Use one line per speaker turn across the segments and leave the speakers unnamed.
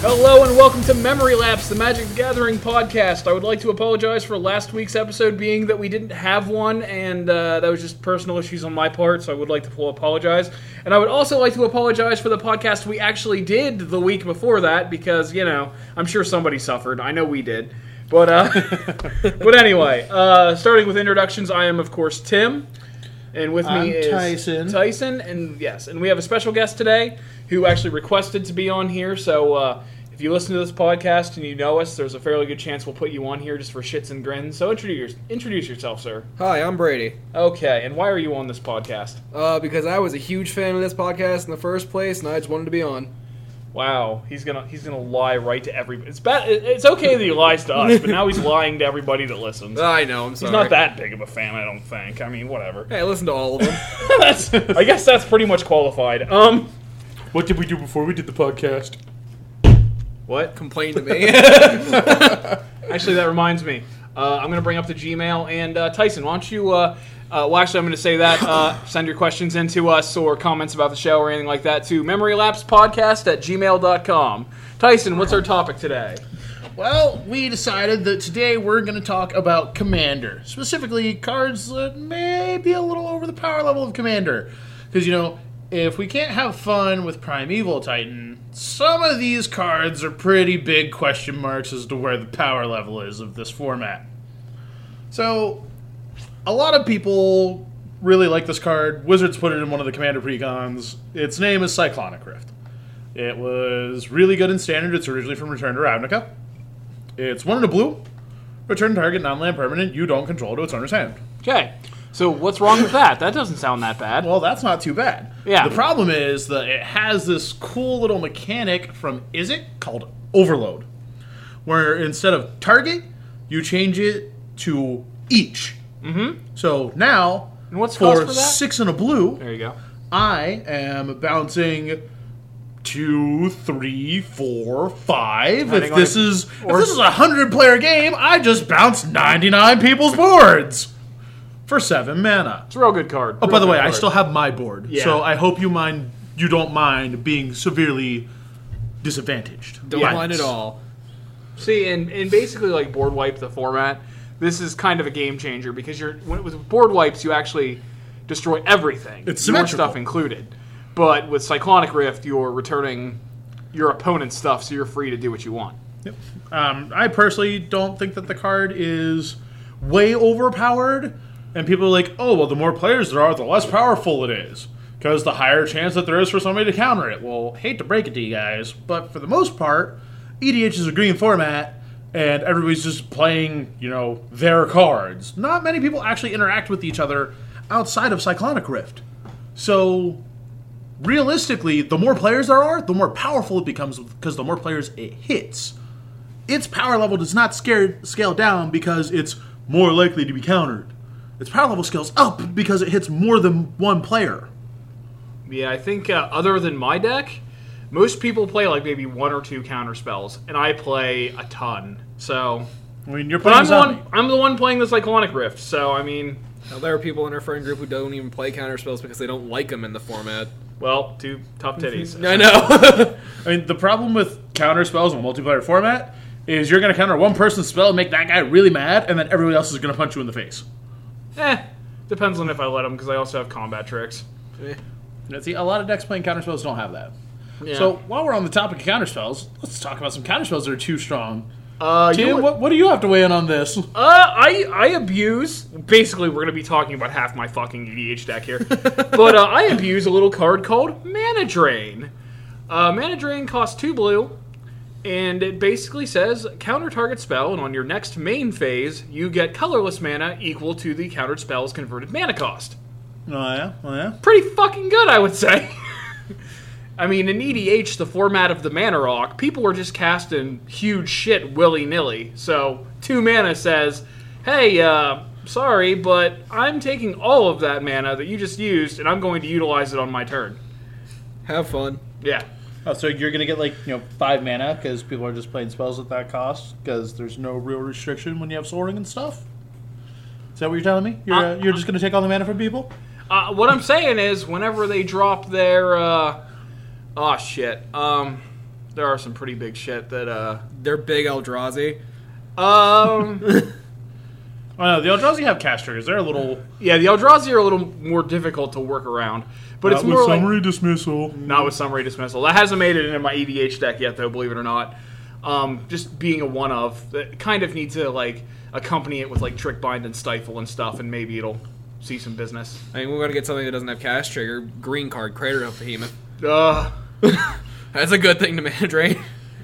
Hello and welcome to Memory Lapse, the Magic the Gathering podcast. I would like to apologize for last week's episode being that we didn't have one, and uh, that was just personal issues on my part, so I would like to apologize. And I would also like to apologize for the podcast we actually did the week before that, because, you know, I'm sure somebody suffered. I know we did. But, uh, but anyway, uh, starting with introductions, I am, of course, Tim. And with
I'm
me is
Tyson.
Tyson, and yes, and we have a special guest today who actually requested to be on here. So uh, if you listen to this podcast and you know us, there's a fairly good chance we'll put you on here just for shits and grins. So introduce introduce yourself, sir.
Hi, I'm Brady.
Okay, and why are you on this podcast?
Uh, because I was a huge fan of this podcast in the first place, and I just wanted to be on.
Wow, he's gonna he's gonna lie right to everybody. It's bad. it- It's okay that he lies to us, but now he's lying to everybody that listens.
Oh,
I know, I'm sorry.
He's not that big of a fan, I don't think. I mean, whatever.
Hey, listen to all of them.
that's, I guess that's pretty much qualified. Um,
What did we do before we did the podcast?
what?
Complain to me.
Actually, that reminds me. Uh, I'm going to bring up the Gmail and uh, Tyson. Why don't you? Uh, uh, well, actually, I'm going to say that. Uh, send your questions in to us or comments about the show or anything like that to memorylapsepodcast at gmail.com. Tyson, what's our topic today?
Well, we decided that today we're going to talk about Commander, specifically cards that may be a little over the power level of Commander. Because, you know, if we can't have fun with Primeval Titan, some of these cards are pretty big question marks as to where the power level is of this format. So, a lot of people really like this card. Wizards put it in one of the Commander precons. Its name is Cyclonic Rift. It was really good in standard. It's originally from Return to Ravnica. It's one in a blue. Return target non-land permanent you don't control to its owner's hand.
Okay. So what's wrong with that? That doesn't sound that bad.
Well, that's not too bad.
Yeah.
The problem is that it has this cool little mechanic from Is it called Overload, where instead of target, you change it to each. Mm-hmm. So now,
And what's the
for,
cost for that?
six and a blue,
There you go.
I am bouncing two, three, four, five.
Depending
If
on
this
if-
is
or-
if this is a hundred player game, I just bounce ninety nine people's boards for seven mana.
It's a real good card.
Oh, by the way, I still have my board,
Yeah.
so I hope you mind you don't mind being severely disadvantaged.
Don't
Yeah.
mind at all.
See, and, and basically, like board wipe the format, this is kind of a game changer because you're when, with board wipes, you actually destroy everything,
It's
your
symmetrical.
stuff included. But with Cyclonic Rift, you're returning your opponent's stuff, so you're free to do what you want.
Um, I personally don't think that the card is way overpowered. And people are like, oh, well, the more players there are, the less powerful it is. Because the higher chance that there is for somebody to counter it. Well, hate to break it to you guys, but for the most part, EDH is a green format, and everybody's just playing, you know, their cards. Not many people actually interact with each other outside of Cyclonic Rift. So, realistically, the more players there are, the more powerful it becomes because the more players it hits its power level does not scare, scale down because it's more likely to be countered. Its power level scales up because it hits more than one player.
Yeah, I think uh, other than my deck, most people play like maybe one or two counter spells, and I play a ton. So,
I mean, you're
but
playing
I'm the
zombie.
one. I'm the one playing the Cyclonic Rift. So, I mean,
Now, there are people in our friend group who don't even play counterspells because they don't like them in the format.
well, two tough titties.
I know.
I mean, the problem with counter spells in a multiplayer format is you're going to counter one person's spell, make that guy really mad, and then everybody else is going to punch you in the face.
Eh, depends on if I let them because I also have combat tricks.
And see, a lot of decks playing counter spells don't have that.
Yeah.
So while we're on the topic of counter spells, let's talk about some counter spells that are too strong.
uh, you know
Tim,
what-
what, what do you have to weigh in on this?
uh, I I abuse. Basically, we're gonna be talking about half my fucking EDH deck here, but uh, I abuse a little card called Mana Drain. Uh, Mana Drain costs two blue, and it basically says counter target spell, and on your next main phase, you get colorless mana equal to the countered spell's converted mana cost.
Oh yeah, oh yeah.
pretty fucking good, I would say. I mean, in EDH, the format of the mana rock, people were just casting huge shit willy nilly. So, two mana says, hey, uh, sorry, but I'm taking all of that mana that you just used and I'm going to utilize it on my turn.
have fun.
Yeah.
Oh, so you're gonna get like you know five mana because people are just playing spells at that cost because there's no real restriction when you have soaring and stuff. Is that what you're telling me? You're
Uh,
uh, you're just gonna take all the mana from people?
Uh, what I'm saying is, whenever they drop their. Uh, oh, shit. ah, Um, There are some pretty big shit that. uh
They're big Eldrazi.
Um.
Oh no, the Eldrazi have cast triggers. They're a little.
yeah, the Eldrazi are a little more difficult to work around, but it's
Not Uh, with
more like
summary dismissal.
not with summary dismissal. That hasn't made it into my EDH deck yet, though. Believe it or not, um, just being a one of that kind of needs to like accompany it with like trick bind and stifle and stuff, and maybe it'll see some business.
I mean, we're gonna get something that doesn't have cash trigger. Green card, crater of behemoth.
Uh,
That's a good thing to mana drain.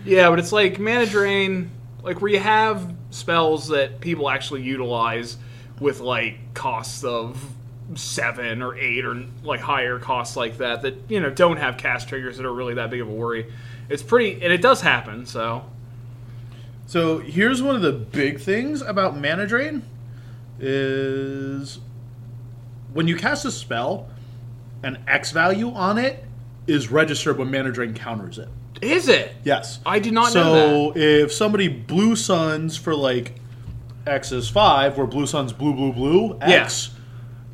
yeah, but it's like mana drain, like where you have spells that people actually utilize with like costs of seven or eight or like higher costs like that that you know don't have cast triggers that are really that big of a worry. It's pretty, and it does happen. So
So here's one of the big things about mana drain is when you cast a spell, an X value on it is registered when mana drain counters it.
is it?
Yes.
I did not
so
know
if somebody blue suns for like X is five, where blue suns blue blue blue X,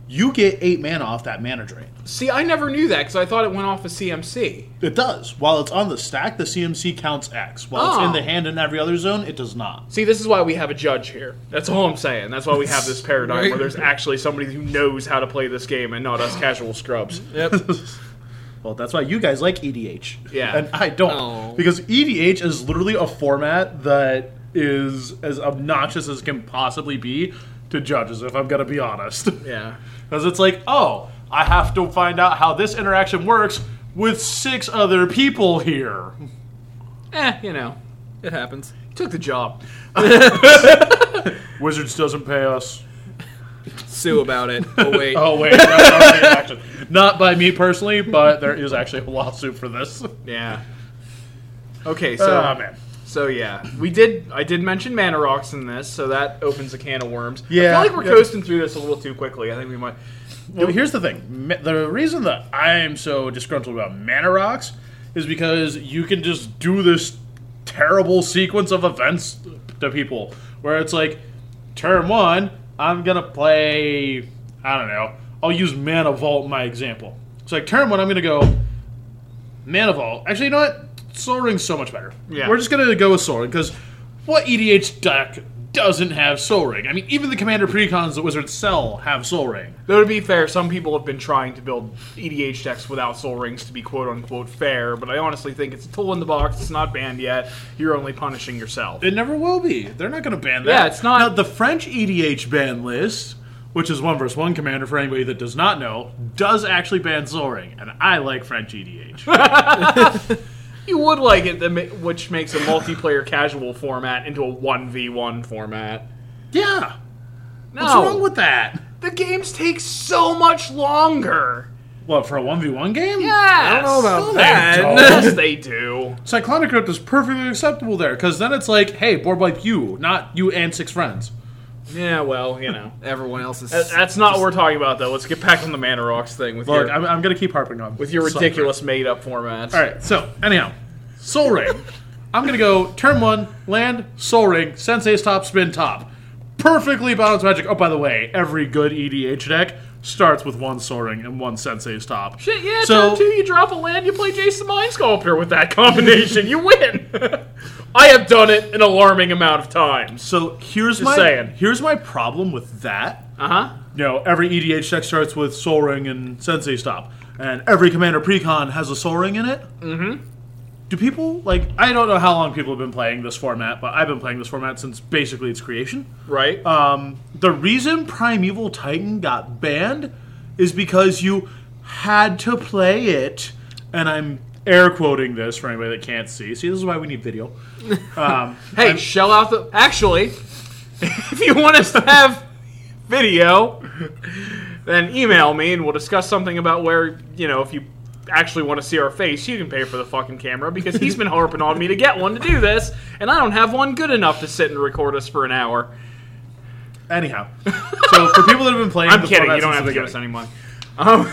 you get eight mana off that mana drain.
See, I never knew that because I thought it went off of CMC.
It does. While it's on the stack, the CMC counts X. While it's
Oh.
in the hand in every other zone, it does not.
See, this is why we have a judge here. That's all I'm saying. That's why we have this paradigm
Right.
where there's actually somebody who knows how to play this game and not us casual scrubs.
Yep.
Well, that's why you guys like EDH.
Yeah.
And I don't.
Oh.
Because EDH is literally a format that is as obnoxious as can possibly be to judges, if I'm going to be honest.
Yeah.
Because it's like, oh, I have to find out how this interaction works with six other people here.
Eh, you know,
it happens.
took the job.
Wizards doesn't pay us.
Sue about it. Oh wait.
Oh, wait. that's already in action. Not by me personally, but there is actually a lawsuit for this.
Yeah. Okay, so
Oh, man.
so yeah, we did. I did mention mana rocks in this, so that opens a can of worms.
Yeah,
I feel like we're
yeah.
coasting through this a little too quickly. I think we might.
Well, here's the thing. Ma- The reason that I am so disgruntled about mana rocks is because you can just do this terrible sequence of events to people where it's like, turn one, I'm gonna play. I don't know. I'll use mana vault in my example. It's like turn one, I'm gonna go mana vault. Actually, you know what? Soul Ring's so much better.
Yeah.
we're just gonna go with Soul Ring because what EDH deck doesn't have Soul Ring? I mean, even the Commander precons that Wizards sell have Soul Ring.
Though to be fair, some people have been trying to build EDH decks without soul rings to be quote unquote fair, but I honestly think it's a tool in the box. It's not banned yet. You're only punishing yourself.
It never will be. They're not going to ban that.
Yeah, it's not-
Now, the French EDH ban list, which is one versus one commander for anybody that does not know, does actually ban Zoring, and I like French E EDH.
You would like it, that ma- which makes a multiplayer casual format into a 1v1 format.
yeah.
No,
What's wrong with that?
the games take so much longer.
What for a one v one game?
Yes.
I don't know about
don't.
that.
Yes, they do.
Cyclonic Rift is perfectly acceptable there because then it's like, hey, board wipe you, not you and six friends.
Yeah, well, you know.
Everyone else is.
That- That's not what we're talking about, though. Let's get back on the Mana Rocks thing with
Look,
your,
I'm, I'm going to keep harping on
with your
Cyclonic Rift.
ridiculous made up formats.
All right. So anyhow, Soul Ring. I'm gonna go turn one, land, Soul Ring, Sensei's top, spin top. Perfectly balanced magic. Oh, by the way, every good E EDH deck starts with one Soul Ring and one Sensei's top.
Shit, yeah,
So-
turn two, you drop a land, you play Jason the Mind Sculptor with that combination. You win! I have done it an alarming amount of times.
So here's my
saying.
here's my problem with that.
Uh huh.
You know, every E EDH deck starts with Soul Ring and Sensei's top, and every Commander Precon has a Soul Ring in it. Mm-hmm. Do people like? I don't know how long people have been playing this format, but I've been playing this format since basically its creation.
Right?
Um, the reason Primeval Titan got banned is because you had to play it, and I'm air quoting this for anybody that can't see. See, this is why we need video.
hey, shell out the. Actually, if you want us to have video, then email me and we'll discuss something about where, you know, if you actually want to see our face, you can pay for the fucking camera because he's been harping on me to get one to do this, and I don't have one good enough to sit and record us for an hour.
Anyhow, so for people that have been playing,
I'm
the
kidding,
format
you don't
since
have
the
to give us
beginning-
any money. Um.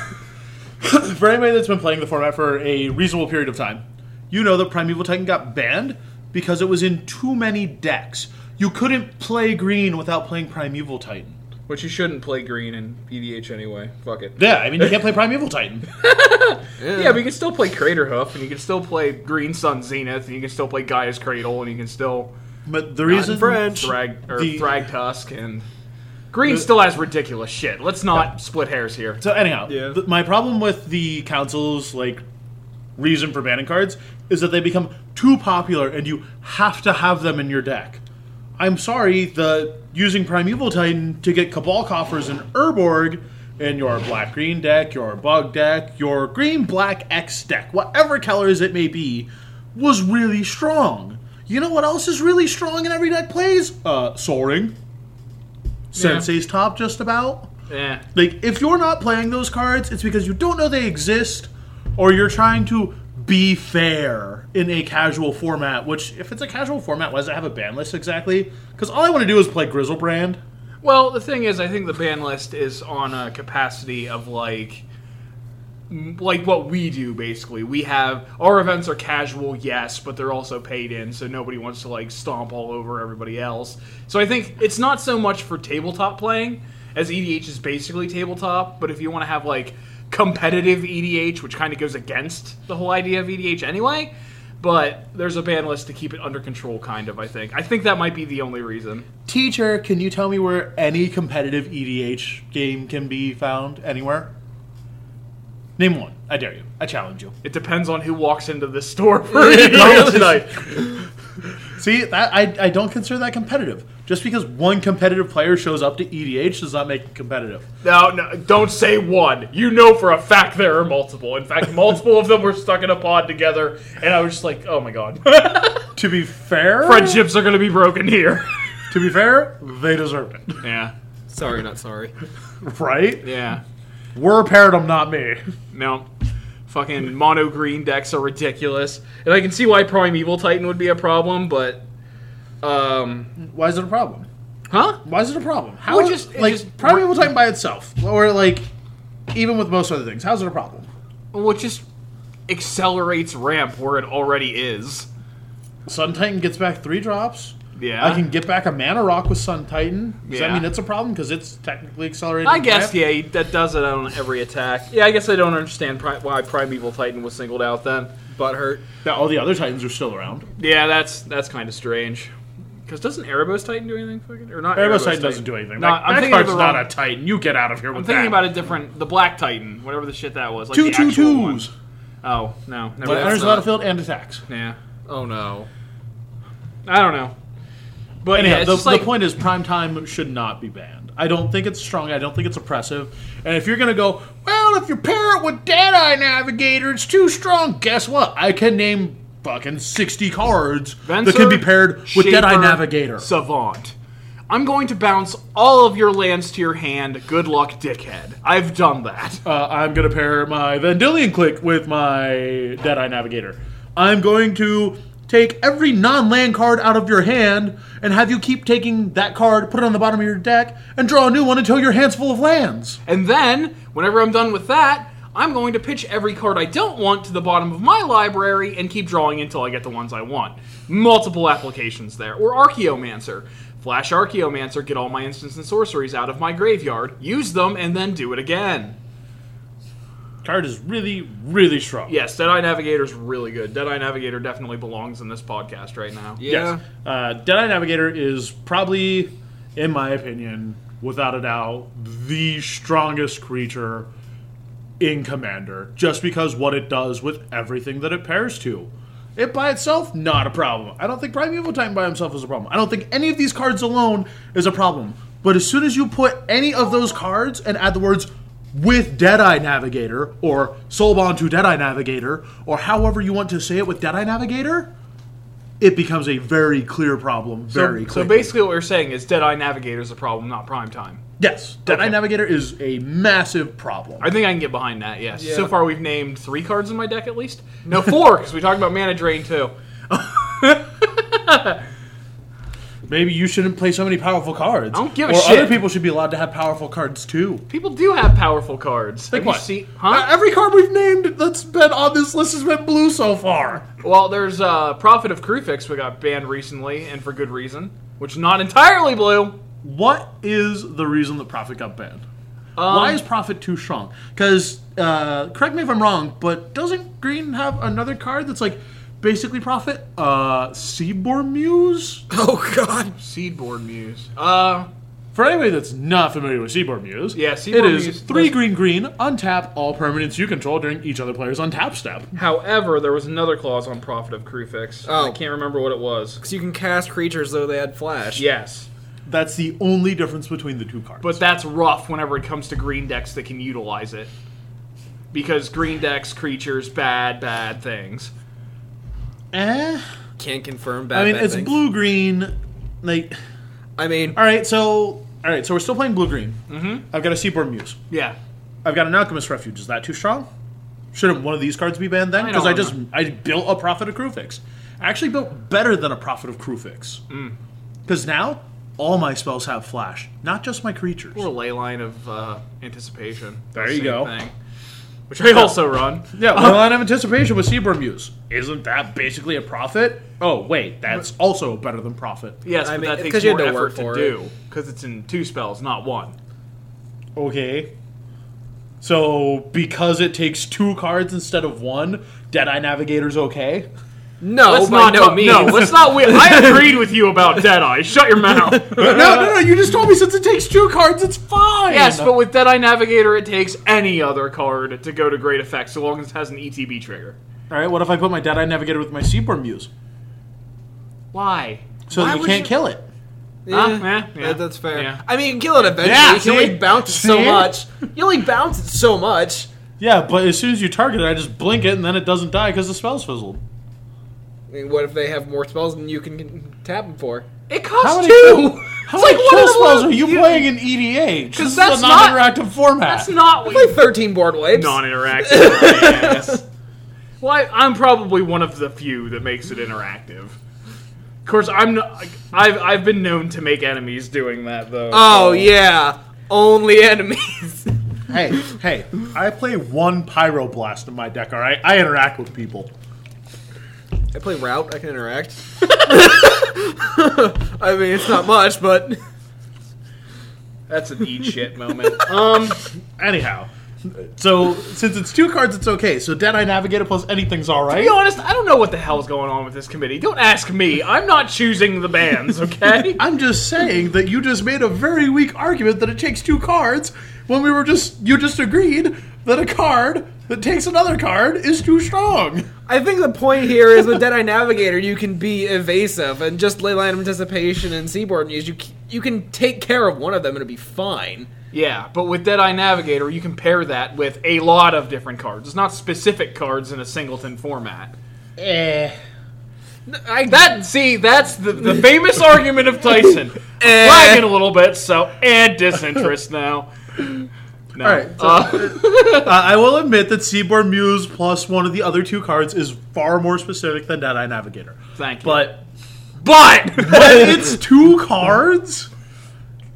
For anybody that's been playing the format for a reasonable period of time, you know that Primeval Titan got banned because it was in too many decks. You couldn't play green without playing Primeval Titan.
Which you shouldn't play green in EDH anyway. Fuck it.
Yeah, I mean you can't play Primeval Titan.
Yeah, but you can still play Crater Hoof, and you can still play Green Sun Zenith, and you can still play Gaia's Cradle, and you can still
But the reason
French.
Thrag or
The-
Thrag Tusk, and Green still has ridiculous shit. Let's not split hairs here.
So anyhow,
Yeah.
th- my problem with the council's like reason for banning cards is that they become too popular and you have to have them in your deck. I'm sorry, the using Primeval Titan to get Cabal Coffers and Urborg in your black green deck, your bug deck, your green black X deck, whatever colors it may be, was really strong. You know what else is really strong in every deck plays? Uh, Soaring. Sensei's top just about.
Eh.
Like, if you're not playing those cards, it's because you don't know they exist or you're trying to be fair in a casual format, which, if it's a casual format, why does it have a ban list exactly? Because all I want to do is play Grizzlebrand.
Well, the thing is, I think the ban list is on a capacity of like, m- like what we do basically. We have our events are casual, yes, but they're also paid in, so nobody wants to like stomp all over everybody else. So I think it's not so much for tabletop playing as EDH is basically tabletop. But if you want to have like competitive EDH, which kind of goes against the whole idea of EDH anyway. But there's a ban list to keep it under control, kind of. I think. I think that might be the only reason.
Teacher, can you tell me where any competitive EDH game can be found anywhere? Name one. I dare you. I challenge you.
It depends on who walks into the store for EDH tonight.
See, that, I, I don't consider that competitive. Just because one competitive player shows up to EDH does not make it competitive.
No, no, don't say one. You know for a fact there are multiple. In fact, multiple of them were stuck in a pod together, and I was just like, oh my god.
To be fair,
Friendships are going to be broken here.
To be fair, they deserved it.
Yeah.
Sorry, not sorry.
Right?
Yeah.
We're Paradum, not me.
No. Fucking mono green decks are ridiculous. And I can see why Primeval Titan would be a problem, but. Um.
Why is it a problem?
Huh?
Why is it a problem? How
Well,
is
just- it
like
just-
probably will time by itself, or like even with most other things, how's it a problem?
Well, it just accelerates ramp where it already is.
Sun Titan gets back three drops.
Yeah.
I can get back a mana rock with Sun Titan. Does
Yeah.
that mean it's a problem because it's technically accelerated?
I guess,
ramp?
yeah, that does it on every attack. Yeah, I guess I don't understand pri- why Primeval Titan was singled out then.
Butt hurt.
That all the other Titans are still around.
Yeah, that's that's kind of strange. Because doesn't Erebos Titan do anything fucking or not?
Erebus Titan doesn't do anything.
No,
that
I'm
that
thinking of
card's
the
not
wrong-
a Titan. You get out of here
I'm
with
thinking
that.
about a different, the Black Titan, whatever the shit that was. Like
two
the
two
actual one.
twos.
Oh no, never
But
mind.
Enters the
not-
battlefield and attacks.
Yeah,
Oh no.
I don't know. But
Anyhow,
yeah, it's
the,
just like
the point is, prime time should not be banned. I don't think it's strong. I don't think it's oppressive. And if you're going to go, well, if you pair it with Dead Eye Navigator, it's too strong. Guess what? I can name fucking 60 cards that can be
Venser,
paired with Dead Eye
Shaper,
Navigator.
Savant. I'm going to bounce all of your lands to your hand. Good luck, dickhead. I've done that.
Uh, I'm going to pair my Vendilion Click with my Dead Eye Navigator. I'm going to take every non land card out of your hand and have you keep taking that card, put it on the bottom of your deck, and draw a new one until your hand's full of lands.
And then, whenever I'm done with that, I'm going to pitch every card I don't want to the bottom of my library and keep drawing until I get the ones I want. Multiple applications there. Or Archaeomancer. Flash Archaeomancer, get all my instants and sorceries out of my graveyard, use them, and then do it again.
card is really, really strong.
Yes, Deadeye Navigator's really good. Deadeye Navigator definitely belongs in this podcast right now.
Yeah.
Uh, Deadeye Navigator is probably, in my opinion, without a doubt, the strongest creature in Commander, just because what it does with everything that it pairs to. It by itself, not a problem. I don't think Primeval Titan by himself is a problem. I don't think any of these cards alone is a problem. But as soon as you put any of those cards and add the words with Deadeye Navigator or Soulbond to Deadeye Navigator or however you want to say it with Deadeye Navigator, it becomes a very clear problem very
So
quickly.
basically, what we're saying is Deadeye Navigator's a problem, not prime time.
yes, Deadeye
Okay.
Navigator is a massive problem.
I think I can get behind that. Yes.
Yeah.
So far, we've named three cards in my deck at least. No, four because we talked about mana drain too.
Maybe you shouldn't play so many powerful cards.
I don't give a
or
shit.
other people should be allowed to have powerful cards too.
People do have powerful cards.
Like
Have
what?
You see,
Uh,
huh?
Every card we've named that's been on this list has been blue so far.
Well, there's uh, Prophet of Krufix we got banned recently, and for good reason, which is not entirely blue.
What is the reason that Profit got banned?
Um,
Why is Profit too strong? Because uh, correct me if I'm wrong, but doesn't Green have another card that's like basically Profit? Uh, Seaborn Muse.
Oh God.
Seedboard Muse. Uh,
For anybody that's not familiar with Seaboard Muse,
Yeah,
it
Seaboard
is
Muse
three
was-
green green, untap all permanents you control during each other player's untap step.
however, there was another clause on Prophet of Crufix.
Oh.
I can't remember what it was.
So you can cast creatures though they had flash.
Yes.
That's the only difference between the two cards.
But that's rough whenever it comes to green decks that can utilize it. Because green decks, creatures, bad, bad things.
eh,
Can't confirm bad.
I mean
bad
it's
things.
blue green. Like,
I mean,
all right, so all right, so we're still playing blue green. Mm-hmm. I've got a Seaboard Muse.
Yeah.
I've got an Alchemist Refuge. Is that too strong? Shouldn't one of these cards be banned then?
I
Because I,
don't
just I built a Prophet of Crufix. I actually built better than a Prophet of Crufix. Because now all my spells have flash, not just my creatures.
Or ley line of uh, anticipation.
There you
Same
go.
thing. which I also run.
Yeah, well, line of anticipation with Seaborn Muse. Isn't that basically a profit? Oh, wait, that's also better than profit.
Yes,
I
but
mean,
that takes
'cause you
more
had to
effort
work
to
for it.
do because it's in two spells, not one.
Okay. So, because it takes two cards instead of one, Deadeye Navigator's okay?
no,
Let's
by
not
no
Oh no,
means.
no. Let's not. Win. I agreed with you about Deadeye. Shut your mouth.
no, no, no, you just told me since it takes two cards, it's fine!
yes, but with Deadeye Navigator, it takes any other card to go to great effect, so long as it has an ETB trigger.
Alright, what if I put my Deadeye Navigator with my Seaborn Muse?
Why?
So
Why
that you
would
can't
you-
kill it.
Yeah,
Huh? Yeah, yeah.
that- that's fair.
Yeah.
I mean, you can kill it eventually.
Yeah,
you can only
see?
bounce it so
See?
much. You only bounce it so much.
Yeah, but as soon as you target it, I just blink it and then it doesn't die because the spell's fizzled.
I mean, what if they have more spells than you can, can tap them for?
It
How
costs
many
two.
kill-
It's
How many
one
kill
of the
spells
ones-
are you playing in EDH? This is
that's
a
not-
non-interactive format.
That's not what
Play thirteen board wipes.
non-interactive. yes. Well, I, I'm probably one of the few that makes it interactive. Of course, I'm. Not, I've I've been known to make enemies doing that though.
Oh
so-
yeah, only enemies.
Hey, hey, I play one Pyroblast in my deck, alright? I interact with people.
I play route. I can interact. I mean, it's not much, but
that's an eat shit moment. Um,
Anyhow, so since it's two cards, it's okay. So Deadeye Navigator plus anything's
to
alright.
be honest, I don't know what the hell's going on with this committee. Don't ask me. I'm not choosing the bands. Okay.
I'm just saying that you just made a very weak argument that it takes two cards when we were just, you just agreed that a card that takes another card is too strong.
I think the point here is with Deadeye Navigator, you can be evasive and just ley line of anticipation and seaboard muse. You c- you can take care of one of them and it'll be fine.
yeah, but with Deadeye Navigator, you can pair that with a lot of different cards. It's not specific cards in a singleton format.
Eh.
I
That see, that's the, the famous argument of Tyson.
Eh.
Lagging a little bit, so and disinterest now. No.
All right, so-
Uh,
I I will admit that Seaborn Muse plus one of the other two cards is far more specific than Deadeye Navigator.
thank you.
But
but
when it's two cards,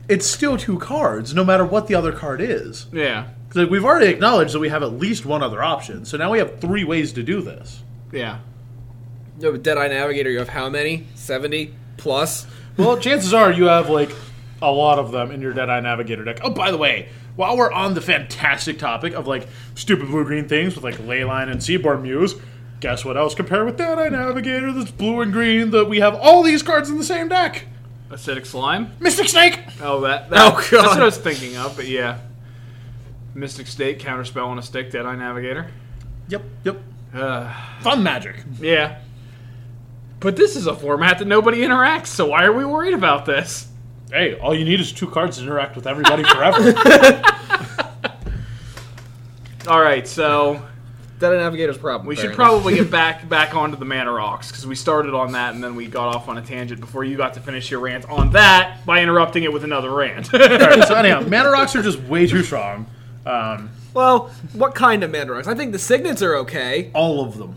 it's still two cards, no matter what the other card is.
yeah,
'Cause, Like we've already acknowledged that we have at least one other option, so now we have three ways to do this.
yeah.
No, but Deadeye Navigator, you have how many? 70 plus?
Well, chances are you have like a lot of them in your Deadeye Navigator deck. Oh, by the way, while we're on the fantastic topic of like stupid blue green things with like Leyline and Seaborn Muse, guess what else compared with Deadeye Navigator that's blue and green that we have all these cards in the same deck?
Acidic slime.
Mystic Snake!
Oh, that. that
Oh,
That's what
God.
I was thinking of. But yeah, Mystic State counterspell on a stick. Deadeye Navigator.
Yep, yep.
Uh,
Fun magic.
yeah. But this is a format that nobody interacts. So why are we worried about this?
Hey, all you need is two cards to interact with everybody forever.
All right, so.
Deadeye Navigator's a problem.
We should
apparently.
probably get back back onto the Mana Rocks because we started on that and then we got off on a tangent before you got to finish your rant on that by interrupting it with another rant.
Alright, so anyhow, mana rocks are just way too strong. Um,
Well, what kind of mana rocks? I think the signets are okay.
all of them.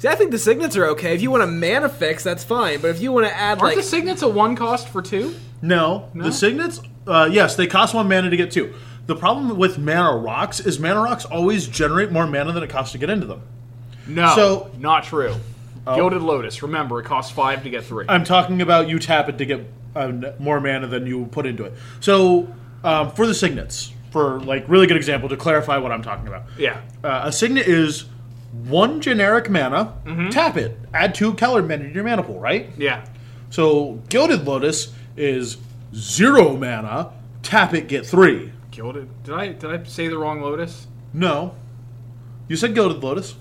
See, I think the signets are okay. If you want to mana fix, that's fine. But if you want to add,
Aren't
like.
the signets a one cost for two?
No, the signets. Uh, yes, they cost one mana to get two. The problem with mana rocks is mana rocks always generate more mana than it costs to get into them.
No,
So-
not true. Gilded Lotus. Remember, it costs five to get three.
I'm talking about you tap it to get um, more mana than you put into it. So um, for the signets, for like really good example to clarify what I'm talking about.
yeah.
Uh, a signet is one generic mana. Tap it. Add two color mana to your mana pool. Right.
Yeah.
So gilded lotus is zero mana. Tap it. Get three.
Gilded. Did I did I say the wrong Lotus?
No. You said gilded lotus.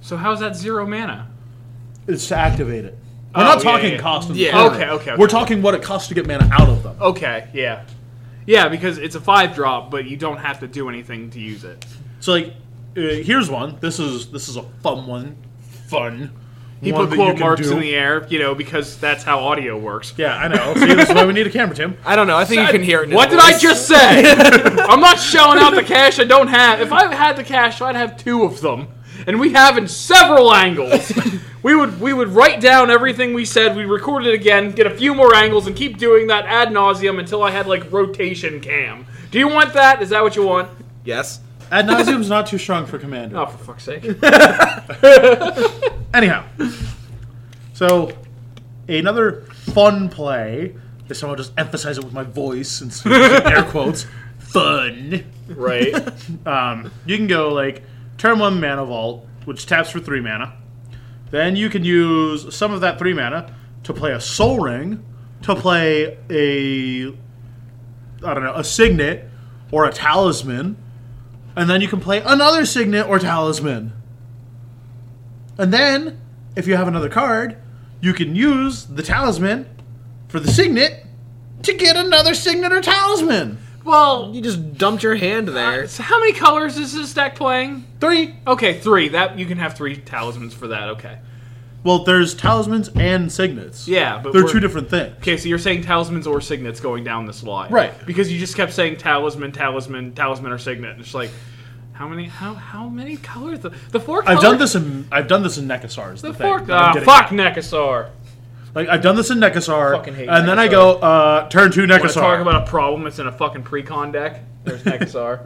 So how's that zero mana?
It's to activate it. We're
Oh,
not
yeah,
talking
yeah.
cost. and
Yeah.
power.
Okay, okay, okay.
We're talking what it costs to get mana out of them.
Okay. Yeah. Yeah, because it's a five drop, but you don't have to do anything to use it.
So like, uh, here's one. This is this is a fun one. Fun.
He
One
put
that you
quote
can
marks
do.
in the air, you know, because that's how audio works.
Yeah, I know. See, this is why we need a camera, Tim.
I don't know. I think you can hear it. in
What
the
did I
voice.
just say? I'm not shelling out the cash I don't have. If I had the cash, I'd have two of them, and we have in several angles. we would we would write down everything we said. We record it again, get a few more angles, and keep doing that ad nauseum until I had like rotation cam. Do you want that? Is that what you want?
Yes.
Ad nauseum's not too strong for commander.
Oh, for fuck's sake!
Anyhow, so another fun play. This time I'll just emphasize it with my voice and sort of air quotes. Fun.
Right?
You can go like turn one mana vault, which taps for three mana. Then you can use some of that three mana to play a soul ring, to play a I don't know, a signet or a talisman. And then you can play another signet or talisman. And then, if you have another card, you can use the talisman for the signet to get another signet or talisman.
Well,
You just dumped your hand there.
so how many colors is this deck playing?
Three.
Okay, three. That you can have three talismans for that. Okay.
Well, there's talismans and signets.
Yeah, but
They're
we're-
two different things.
Okay, so you're saying talismans or signets going down this line,
Right.
Because you just kept saying talisman, talisman, talisman or signet. And it's like, how many? How how many colors? The, the four.
I've
color-
done this in I've done this in Nekasar. is
The
The
four.
thing that I'm
Ah,
getting
fuck
at.
Nekasar.
Like I've done this in Nekasar,
Fucking hate
and then I
Nekasar.
go uh, turn two
Want
Nekasar.
to talk about a problem that's in a fucking pre-con deck? There's Nekasar.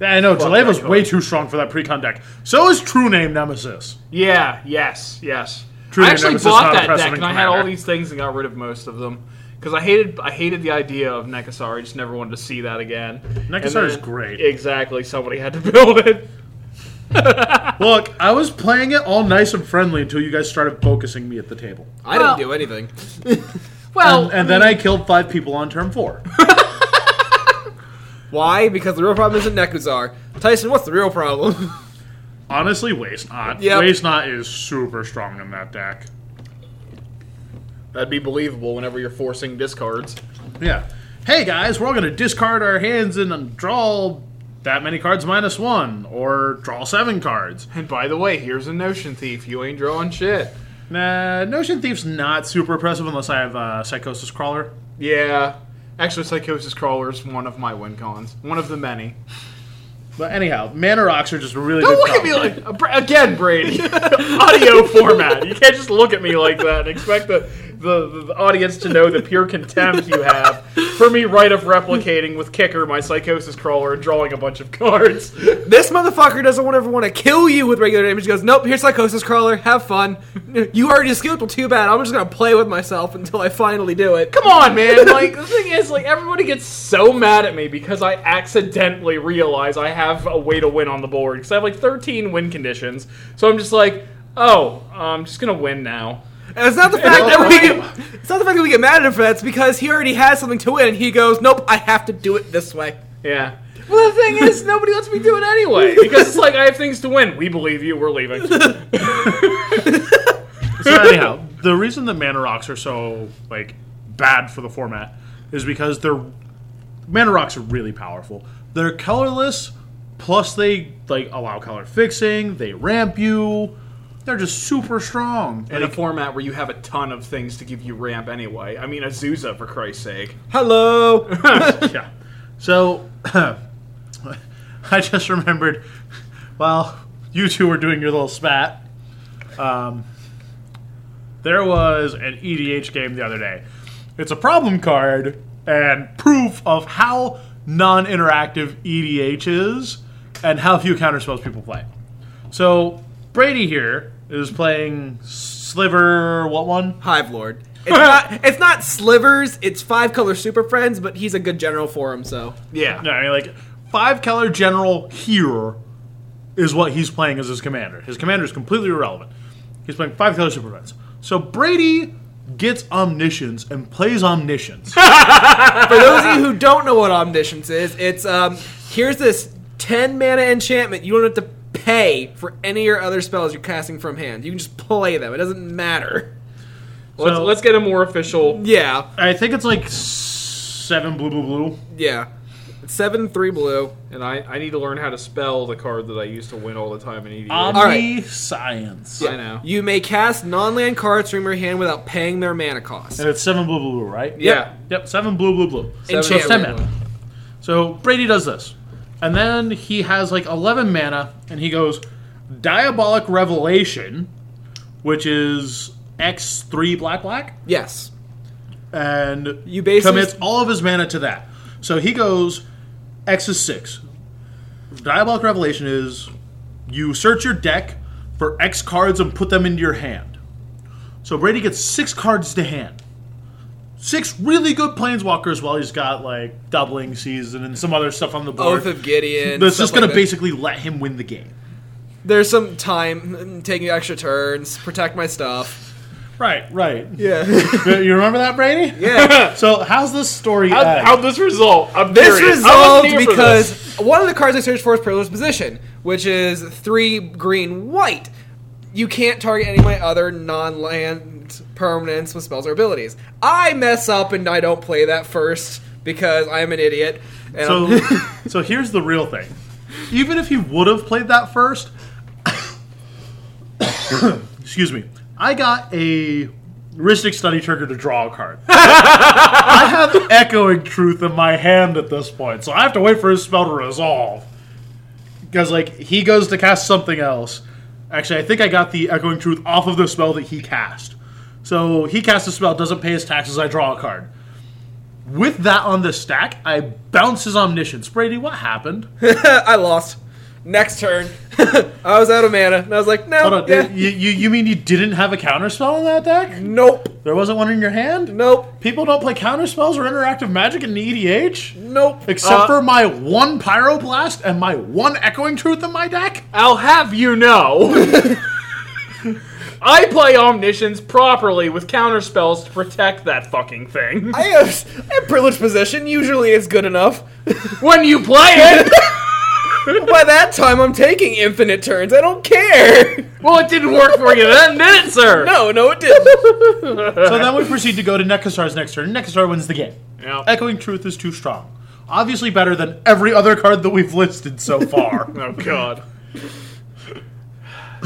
I know Jaleva's
that
way too strong for that precon deck. So is True Name Nemesis.
yeah. Yes. Yes.
True,
I actually
Nemesis is
bought
not
that
impressive
deck
in
and I had all
Commander.
these things and got rid of most of them because I hated I hated the idea of Nekasar. I just never wanted to see that again. And
Nekasar is
then-
great.
Exactly. Somebody had to build it.
Look, I was playing it all nice and friendly until you guys started focusing me at the table,
I
Well-
didn't do anything.
Well,
and then I killed five people on turn four.
Why? Because the real problem isn't Nekuzar. Tyson, what's the real problem?
Honestly, Waste Not.
Yep.
Waste Not is super strong in that deck.
That'd be believable whenever you're forcing discards.
Yeah. Hey guys, we're all gonna discard our hands and draw that many cards minus one, or draw seven cards.
And by the way, here's a notion thief. You ain't drawing shit.
Nah, Notion Thief's not super impressive unless I have uh, Psychosis Crawler.
Yeah. Actually, Psychosis Crawler's one of my win cons. One of the many.
But anyhow, Mana Rocks are just a really
Don't
good
look at me
combo.
like. Bra- Again, Brady. Audio format. You can't just look at me like that and expect the, the, the, audience to know the pure contempt you have for me right of replicating with Kicker, my Psychosis Crawler, and drawing a bunch of cards.
this motherfucker doesn't want ever want to kill you with regular damage. He goes, nope, here's Psychosis Crawler. Have fun. You already skipped. Well, too bad. I'm just going to play with myself until I finally do it.
Come on, man. Like, the thing is, like, everybody gets so mad at me because I accidentally realize I have a way to win on the board. Because I have, like, 13 win conditions. So I'm just like, oh, I'm just going to win now.
And it's not the fact that we get, it's not the fact that we get mad at him for that. It's because he already has something to win. And he goes, nope, I have to do it this way.
Yeah. Well, the thing is, nobody lets me do it anyway. Because it's like, I have things to win. We believe you. We're leaving.
so anyhow, the reason that Mana Rocks are so like bad for the format is because they're Mana Rocks are really powerful. They're colorless, plus they like allow color fixing. They ramp you. They're just super strong.
In a
Like,
format where you have a ton of things to give you ramp anyway. I mean, Azusa, for Christ's sake.
Hello.
yeah. So I just remembered while you two were doing your little spat, um, there was an EDH game the other day. It's a problem card and proof of how E non interactive EDH is and how few counterspells people play. So Brady here is playing Sliver. What one?
Hive Lord. It's not, it's not slivers. It's five color super friends, but he's a good general for him. So
Yeah.
No, I mean like five color general here is what he's playing as his commander. His commander is completely irrelevant. He's playing five color super reds. So Brady gets omniscience and plays omniscience.
For those of you who don't know what omniscience is, it's um here's this ten mana enchantment. You don't have to pay for any or other spells you're casting from hand. You can just play them. It doesn't matter.
Let's,
So-
let's get a more official.
Yeah,
I think it's like seven blue blue blue.
yeah. Seven three blue.
And I, I need to learn how to spell the card that I used to win all the time in EDH.
Um,
right.
science.
I know.
You may cast non-land cards from your hand without paying their mana cost.
And it's seven blue blue blue, right?
yeah.
Yep, seven blue blue blue.
Seven
so it's ten
blue,
mana. So Brady does this. And then he has like eleven mana and he goes Diabolic Revelation, which is X three black black.
Yes.
And
You basically-
commits all of his mana to that. So he goes X is six. Diabolic Revelation is you search your deck for X cards and put them into your hand. So Brady gets six cards to hand. Six really good planeswalkers while he's got like doubling season and some other stuff on the board.
Oath of Gideon.
that's
stuff
just gonna
like that.
basically let him win the game.
There's some time mm, taking extra turns. Protect my stuff.
Right, right.
Yeah.
you remember that, Brady?
yeah.
So how's this story?
How'd,
end?
how'd this result? I'm
This
curious. I wasn't
resolved
here for this.
because one of the cards I searched for is Perilous Position, which is three green white. You can't target any of my other non land permanents with spells or abilities. I mess up and I don't play that first because I'm an idiot. And
So,
I'm-
so here's the real thing. Even if he would have played that first, excuse me, I got a Ristic Study Trigger to draw a card. I have Echoing Truth in my hand at this point, so I have to wait for his spell to resolve. Because, like, he goes to cast something else. Actually, I think I got the Echoing Truth off of the spell that he cast. So he casts a spell, doesn't pay his taxes, I draw a card. With that on the stack, I bounce his omniscience. Brady, what happened?
I lost. Next turn. I was out of mana and I was like, no.
Hold on,
yeah,
you, you, you mean you didn't have a counterspell in that deck?
Nope.
There wasn't one in your hand?
Nope.
People don't play counterspells or interactive magic in the EDH?
Nope.
Except
Uh,
for my one Pyroblast and my one Echoing Truth in my deck?
I'll have you know. I play Omniscience properly with counterspells to protect that fucking thing.
I have I have privileged position. Usually it's good enough.
when you play it!
By that time, I'm taking infinite turns. I don't care.
well, it didn't work for you then, did it, sir?
No, no, it didn't.
so then we proceed to go to Nekasar's next turn. Nekasar wins the game.
Yeah.
Echoing Truth is too strong. Obviously better than every other card that we've listed so far.
Oh, God.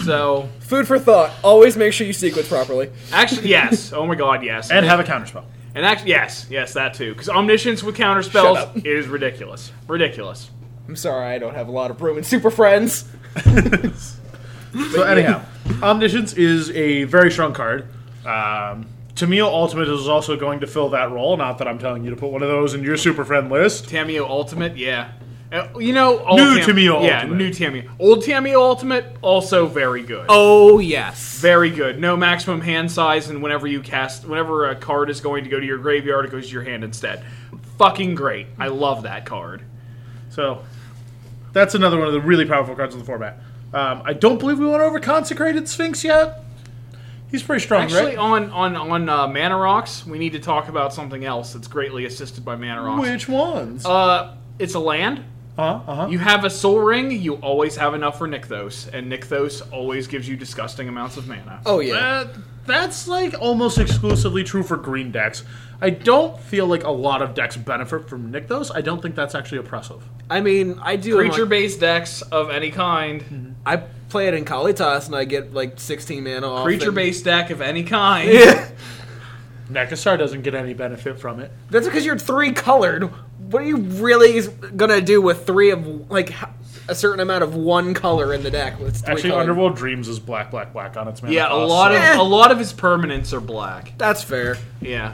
So,
Food for thought. Always make sure you sequence properly.
actually, yes. Oh my god, yes.
and have a counterspell.
And actually, yes, yes, that too. Because omniscience with
Shut
counterspells
up.
is ridiculous. Ridiculous.
I'm sorry, I don't have a lot of room in Super Friends.
So anyhow, Omniscience is a very strong card. Um, Tamil Ultimate is also going to fill that role. Not that I'm telling you to put one of those in your super friend list.
Tamio Ultimate, yeah. Uh, you know, old
New
Tam-
Tameo
yeah,
Ultimate.
new Tamio. Old Tamio Ultimate also very good.
Oh yes.
Very good. No maximum hand size, and whenever you cast, whenever a card is going to go to your graveyard, it goes to your hand instead. Fucking great. I love that card.
So that's another one of the really powerful cards in the format. Um, I don't believe we went over Consecrated Sphinx yet. He's pretty strong,
Actually,
right?
on on on uh, Mana Rocks, we need to talk about something else that's greatly assisted by Mana Rocks.
Which ones?
Uh, it's a land.
huh? Uh huh.
You have a soul ring, you always have enough for Nykthos, and Nykthos always gives you disgusting amounts of mana.
Oh yeah.
Uh, that's like almost exclusively true for green decks. I don't feel like a lot of decks benefit from Nykthos. I don't think that's actually oppressive.
I mean, I do.
Creature
like,
based decks of any kind.
I play it in Kalitas and I get like 16 mana off.
Creature
and-
based deck of any kind.
Yeah.
Nekasar doesn't get any benefit from it.
That's because you're three colored. What are you really is- gonna do with three of like h- a certain amount of one color in the deck? With three
Actually,
colored?
Underworld Dreams is black, black, black on its mana.
Yeah, a
cost,
lot
so-
of
Eh.
a lot of his permanents are black.
That's fair.
Yeah.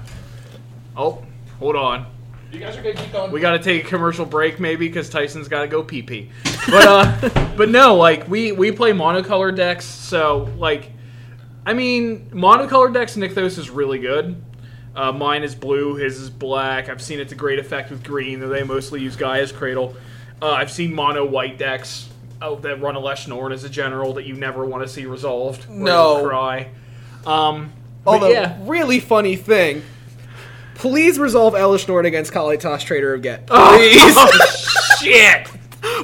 Oh, hold on.
You guys are gonna keep going.
We got to take a commercial break maybe because Tyson's got to go pee pee. But uh, but no, like we we play monocolor decks, so like I mean, monocolored decks Nykthos is really good. Uh, mine is blue, his is black. I've seen it to great effect with green, though they mostly use Gaia's Cradle. Uh, I've seen mono white decks uh, that run Eleshnorn as a general that you never want to see resolved. or
No.
you'll Cry. Um, but
Although,
yeah.
really funny thing. Please resolve Elishnorn against Kalitas, Trader of Get.
Oh, shit!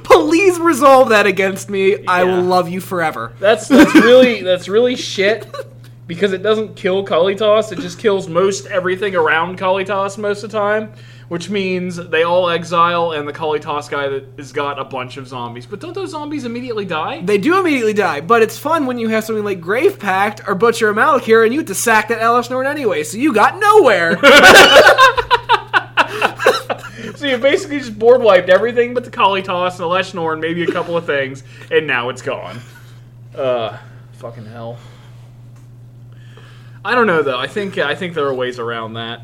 Please resolve that against me. I
Yeah.
will love you forever.
That's that's really that's really shit because it doesn't kill Kalitas. It just kills most everything around Kalitas most of the time, which means they all exile and the Kalitas guy that has got a bunch of zombies. But don't those zombies immediately die?
They do immediately die, but it's fun when you have something like Grave Pact or Butcher of Malakir and you have to sack that Elishnorn anyway, so you got nowhere.
So you basically just board wiped everything but the Kalitas and the Leshnorn, maybe a couple of things, and now it's gone. Uh, fucking hell. I don't know though. I think I think there are ways around that.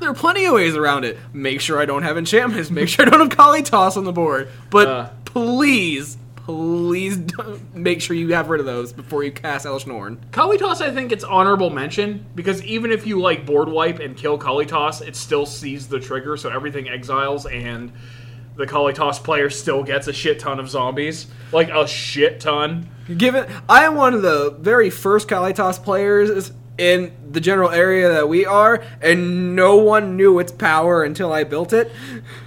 there are plenty of ways around it. Make sure I don't have enchantments, make sure I don't have Kali Toss on the board, but
Uh.
please, please don't- make sure you have rid of those before you cast Elishnorn.
Kalitas, I think it's honorable mention because even if you like board wipe and kill Kalitas, it still sees the trigger, so everything exiles and the Kalitas player still gets a shit ton of zombies, like a shit ton.
Given I am one of the very first Kalitas players in the general area that we are, and no one knew its power until I built it.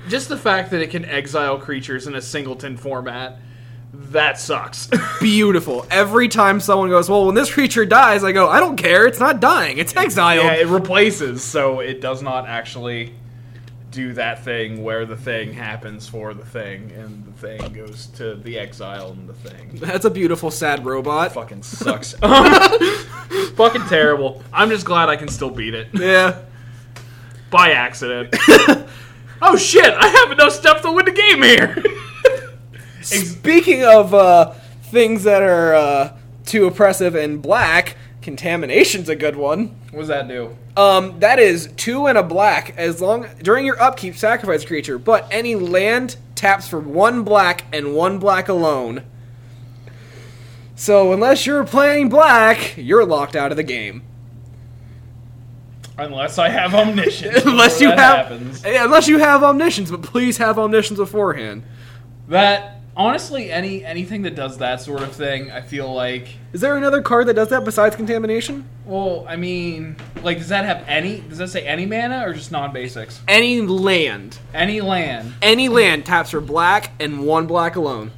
Just the fact that it can exile creatures in a singleton format, that sucks.
Beautiful. Every time someone goes, Well, when this creature dies, I go, I don't care, it's not dying, it's exiled.
yeah, it replaces, so it does not actually do that thing where the thing happens for the thing and the thing goes to the exile and the thing.
That's a beautiful sad robot.
fucking sucks. fucking terrible. I'm just glad I can still beat it
Yeah.
by accident. oh shit! I have enough stuff to win the game here.
Speaking of uh, things that are uh, too oppressive and black, contamination's a good one.
what does that do?
Um, that is two and a black as long during your upkeep sacrifice creature, but any land taps for one black and one black alone. So unless you're playing black, you're locked out of the game.
Unless I have omniscience.
Unless you
that
have
happens.
eh, unless you have omniscience, but please have omniscience beforehand.
that. Honestly, any anything that does that sort of thing, I feel like.
Is there another card that does that besides contamination?
Well, I mean, like, does that have any? Does that say any mana or just non-basics?
Any land.
Any land.
Any land taps for black and one black alone.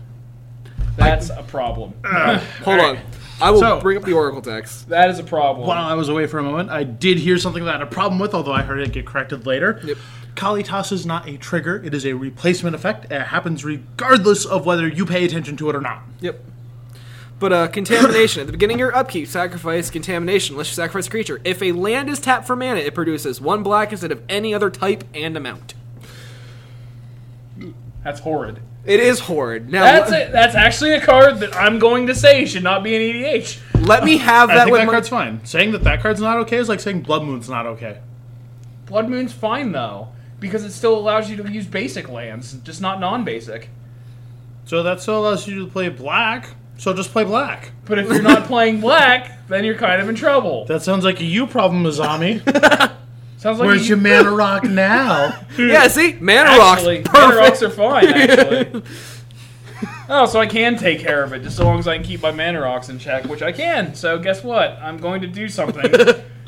That's a problem.
Hold on. I will
So-
bring up the Oracle text.
That is a problem.
While I was away for a moment, I did hear something that I had a problem with, although I heard it get corrected later.
Yep.
Kalitas is not a trigger, it is a replacement effect. It happens regardless of whether you pay attention to it or not.
Yep. But uh, contamination. At the beginning of your upkeep, sacrifice contamination unless you sacrifice a creature. If a land is tapped for mana, it produces one black instead of any other type and amount.
That's horrid.
It is horrid. Now
That's
let,
it. That's actually a card that I'm going to say should not be an E EDH.
me have
I
that
think
with
that
my-
card's fine. Saying that that card's not okay is like saying Blood Moon's not okay.
Blood Moon's fine though because it still allows you to use basic lands, just not non-basic.
So that still allows you to play black, so just play black.
But if you're not playing black, then you're kind of in trouble.
That sounds like a you problem, Azami.
Sounds like
Where's
you,
your mana rock now?
Yeah, see, mana
actually
rocks.
mana
Perfect.
rocks are fine actually. oh, so I can take care of it just so long as I can keep my mana rocks in check, which I can. So guess what? I'm going to do something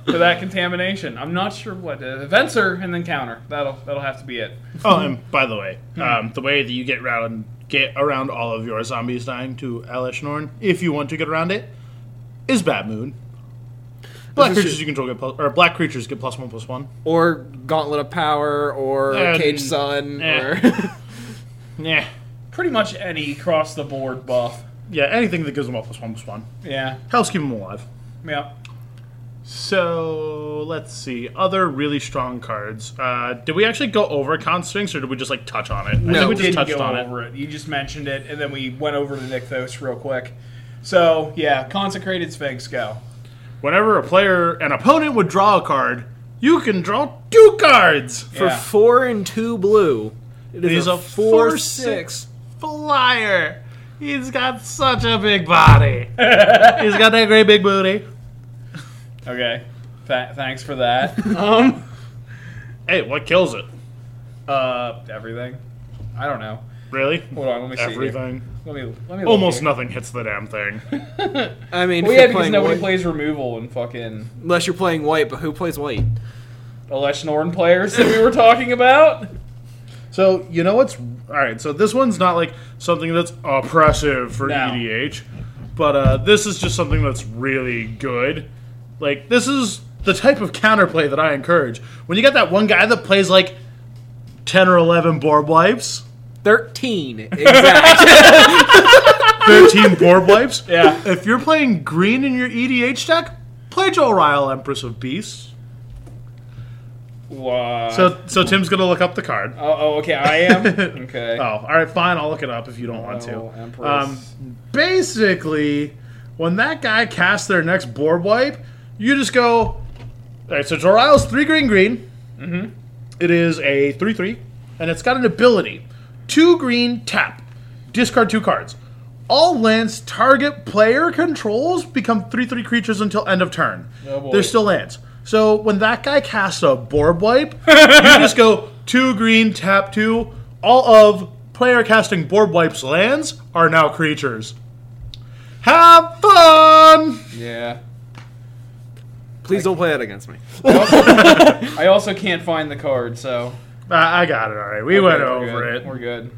to that contamination. I'm not sure what. Uh, Venser and then counter. That'll that'll have to be it.
oh, and by the way, um, the way that you get around get around all of your zombies dying to Elishnorn, if you want to get around it, is Bat Moon. Black
This is
creatures you control get plus, or black creatures get plus one plus one.
Or Gauntlet of Power, or
And-
Cage Sun,
eh.
or
Yeah,
Pretty much any cross the board buff.
yeah, anything that gives them all plus one plus one
Yeah.
helps keep them alive.
Yeah.
So let's see other really strong cards. Uh, did we actually go over Constrings, or did we just like touch on it? I
No.
think we
didn't
just touched
go
on it.
over it. You just mentioned it, and then we went over to Nykthos real quick. So yeah, consecrated Sphinx, go.
Whenever a player, an opponent would draw a card, you can draw two cards.
for
Yeah.
four and two blue. It is,
He's
a,
a
four,
four,
six.
Flyer. He's got such a big body. He's got that great big booty.
Okay. Th- thanks for that.
Um,
Hey, what kills it?
uh, everything. I don't know.
Really?
Hold on, let me see. here.
Everything.
Let me. Let me. look
Almost
here.
nothing hits the damn thing.
I mean,
Well, yeah,
if you're
because
playing
nobody
white,
plays removal and fucking
unless you're playing white. But who plays white?
Alesh Norn players that we were talking about.
So you know what's all right. So this one's not like something that's oppressive for
No.
EDH, but uh, this is just something that's really good. Like this is the type of counterplay that I encourage. When you got that one guy that plays like ten or eleven board wipes,
Thirteen, exactly.
thirteen board wipes.
Yeah.
If you're playing green in your EDH deck, play Joel Ryle, Empress of Beasts.
Wow.
So so Tim's gonna look up the card.
Oh, oh, okay. I am. Okay.
Oh, all right, fine. I'll look it up if you don't want
Oh,
to.
Empress.
Um, basically, when that guy casts their next board wipe, you just go. All right, so Jor-Il's three green green. Mm-hmm. is a three three, and it's got an ability: two green tap, discard two cards. All lands target player controls become three three creatures until end of turn.
Oh, boy.
They're still lands. So when that guy casts a board wipe, you just go two green tap two. All of player casting board wipes lands are now creatures. Have fun.
Yeah.
Please don't play that against me.
I also can't find the card, so
Uh, I I got it. All right, we
Okay,
went
we're
over
good.
it.
We're good.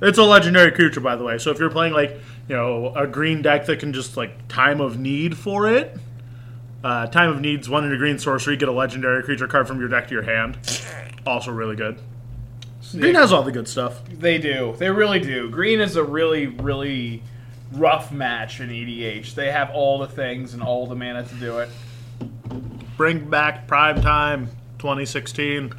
It's a legendary creature, by the way. So if you're playing like you know a green deck that can just like time of need for it, uh, time of needs one in a green sorcery, get a legendary creature card from your deck to your hand. Also really good. Green has all the good stuff.
They do. They really do. Green is a really, really rough match in EDH. They have all the things and all the mana to do it.
Bring back prime time 2016.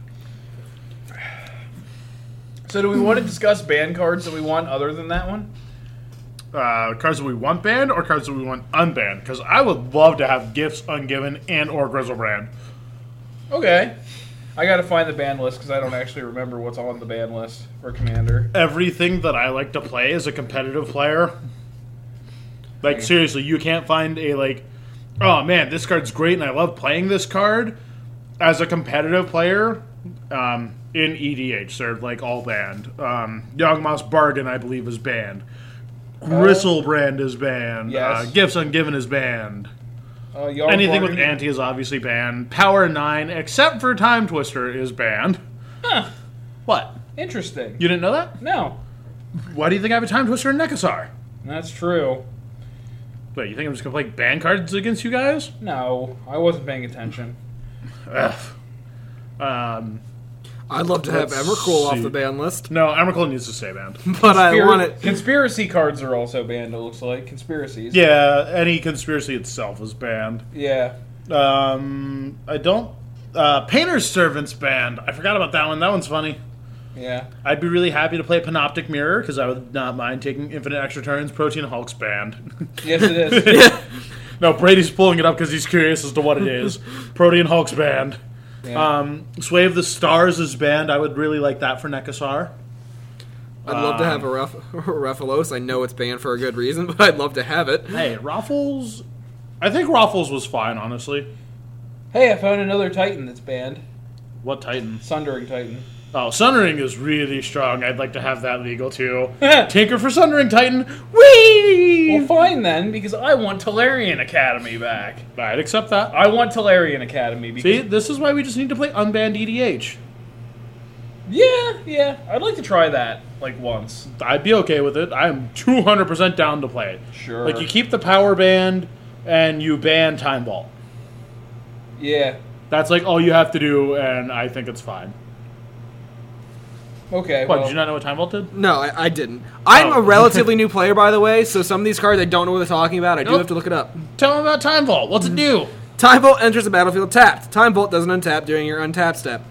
So, do we want to discuss ban cards that we want other than that one?
Uh, cards that we want banned or cards that we want unbanned? Because I would love to have gifts ungiven and or Grizzlebrand.
Okay. I gotta find the ban list because I don't actually remember what's on the ban list for Commander.
everything that I like to play as a competitive player. Like seriously, you can't find a like, oh man, this card's great and I love playing this card as a competitive player um, in EDH. They're like all banned. Um, Yawgmoth's Bargain, I believe, is banned. Gristlebrand is banned.
Oh. Yes.
Uh, Gifts Ungiven is banned.
Uh, Yarn
Anything with
Bargain-
anti is obviously banned. Power nine, except for Time Twister, is banned. What?
Interesting.
You didn't know that?
No.
Why do you think I have a time twister and Nekasar?
That's true.
Wait, you think I'm just gonna play ban cards against you guys?
No. I wasn't paying attention.
Ugh. Um,
I'd love to have
Let's
Evercool off
see.
the ban list,
no, Emrakul needs to stay banned.
but I
Conspira-
want it.
Conspiracy cards are also banned, it looks like. Conspiracies.
yeah, any conspiracy itself is banned.
Yeah.
Um, I don't. Uh, Painter's Servant's banned. I forgot about that one. That one's funny.
Yeah.
I'd be really happy to play Panoptic Mirror because I would not mind taking infinite extra turns. Protein Hulk's banned.
Yes, it is.
no, Brady's pulling it up because he's curious as to what it is. Protein Hulk's banned.
Yeah.
Um, Sway of the Stars is banned. I would really like that for Nekasar.
I'd love to
Um,
have a Raf- Raphalos. I know it's banned for a good reason, but I'd love to have it.
Hey, Raffles. I think Raffles was fine, honestly.
hey, I found another Titan that's banned.
What Titan?
Sundering Titan.
Oh, Sundering is really strong. I'd like to have that legal too. Tinker for Sundering Titan. Whee!
Well, fine then, because I want Talarian Academy back.
I'd accept that.
I want Talarian Academy because
See, this is why we just need to play unbanned E EDH.
yeah, yeah, I'd like to try that like once.
I'd be okay with it. I'm 200% down to play it.
Sure.
Like, you keep the power band and you ban Time Vault.
Yeah.
That's like all you have to do, and I think it's fine.
Okay.
What,
well,
did you not know what Time Vault did?
No, I, I didn't. I'm
Oh.
a relatively new player, by the way, so some of these cards I don't know what they're talking about. I do
Nope.
have to look it up.
Tell them about Time Vault. What's it do?
Time Bolt enters the battlefield tapped. Time Bolt doesn't untap during your untap step.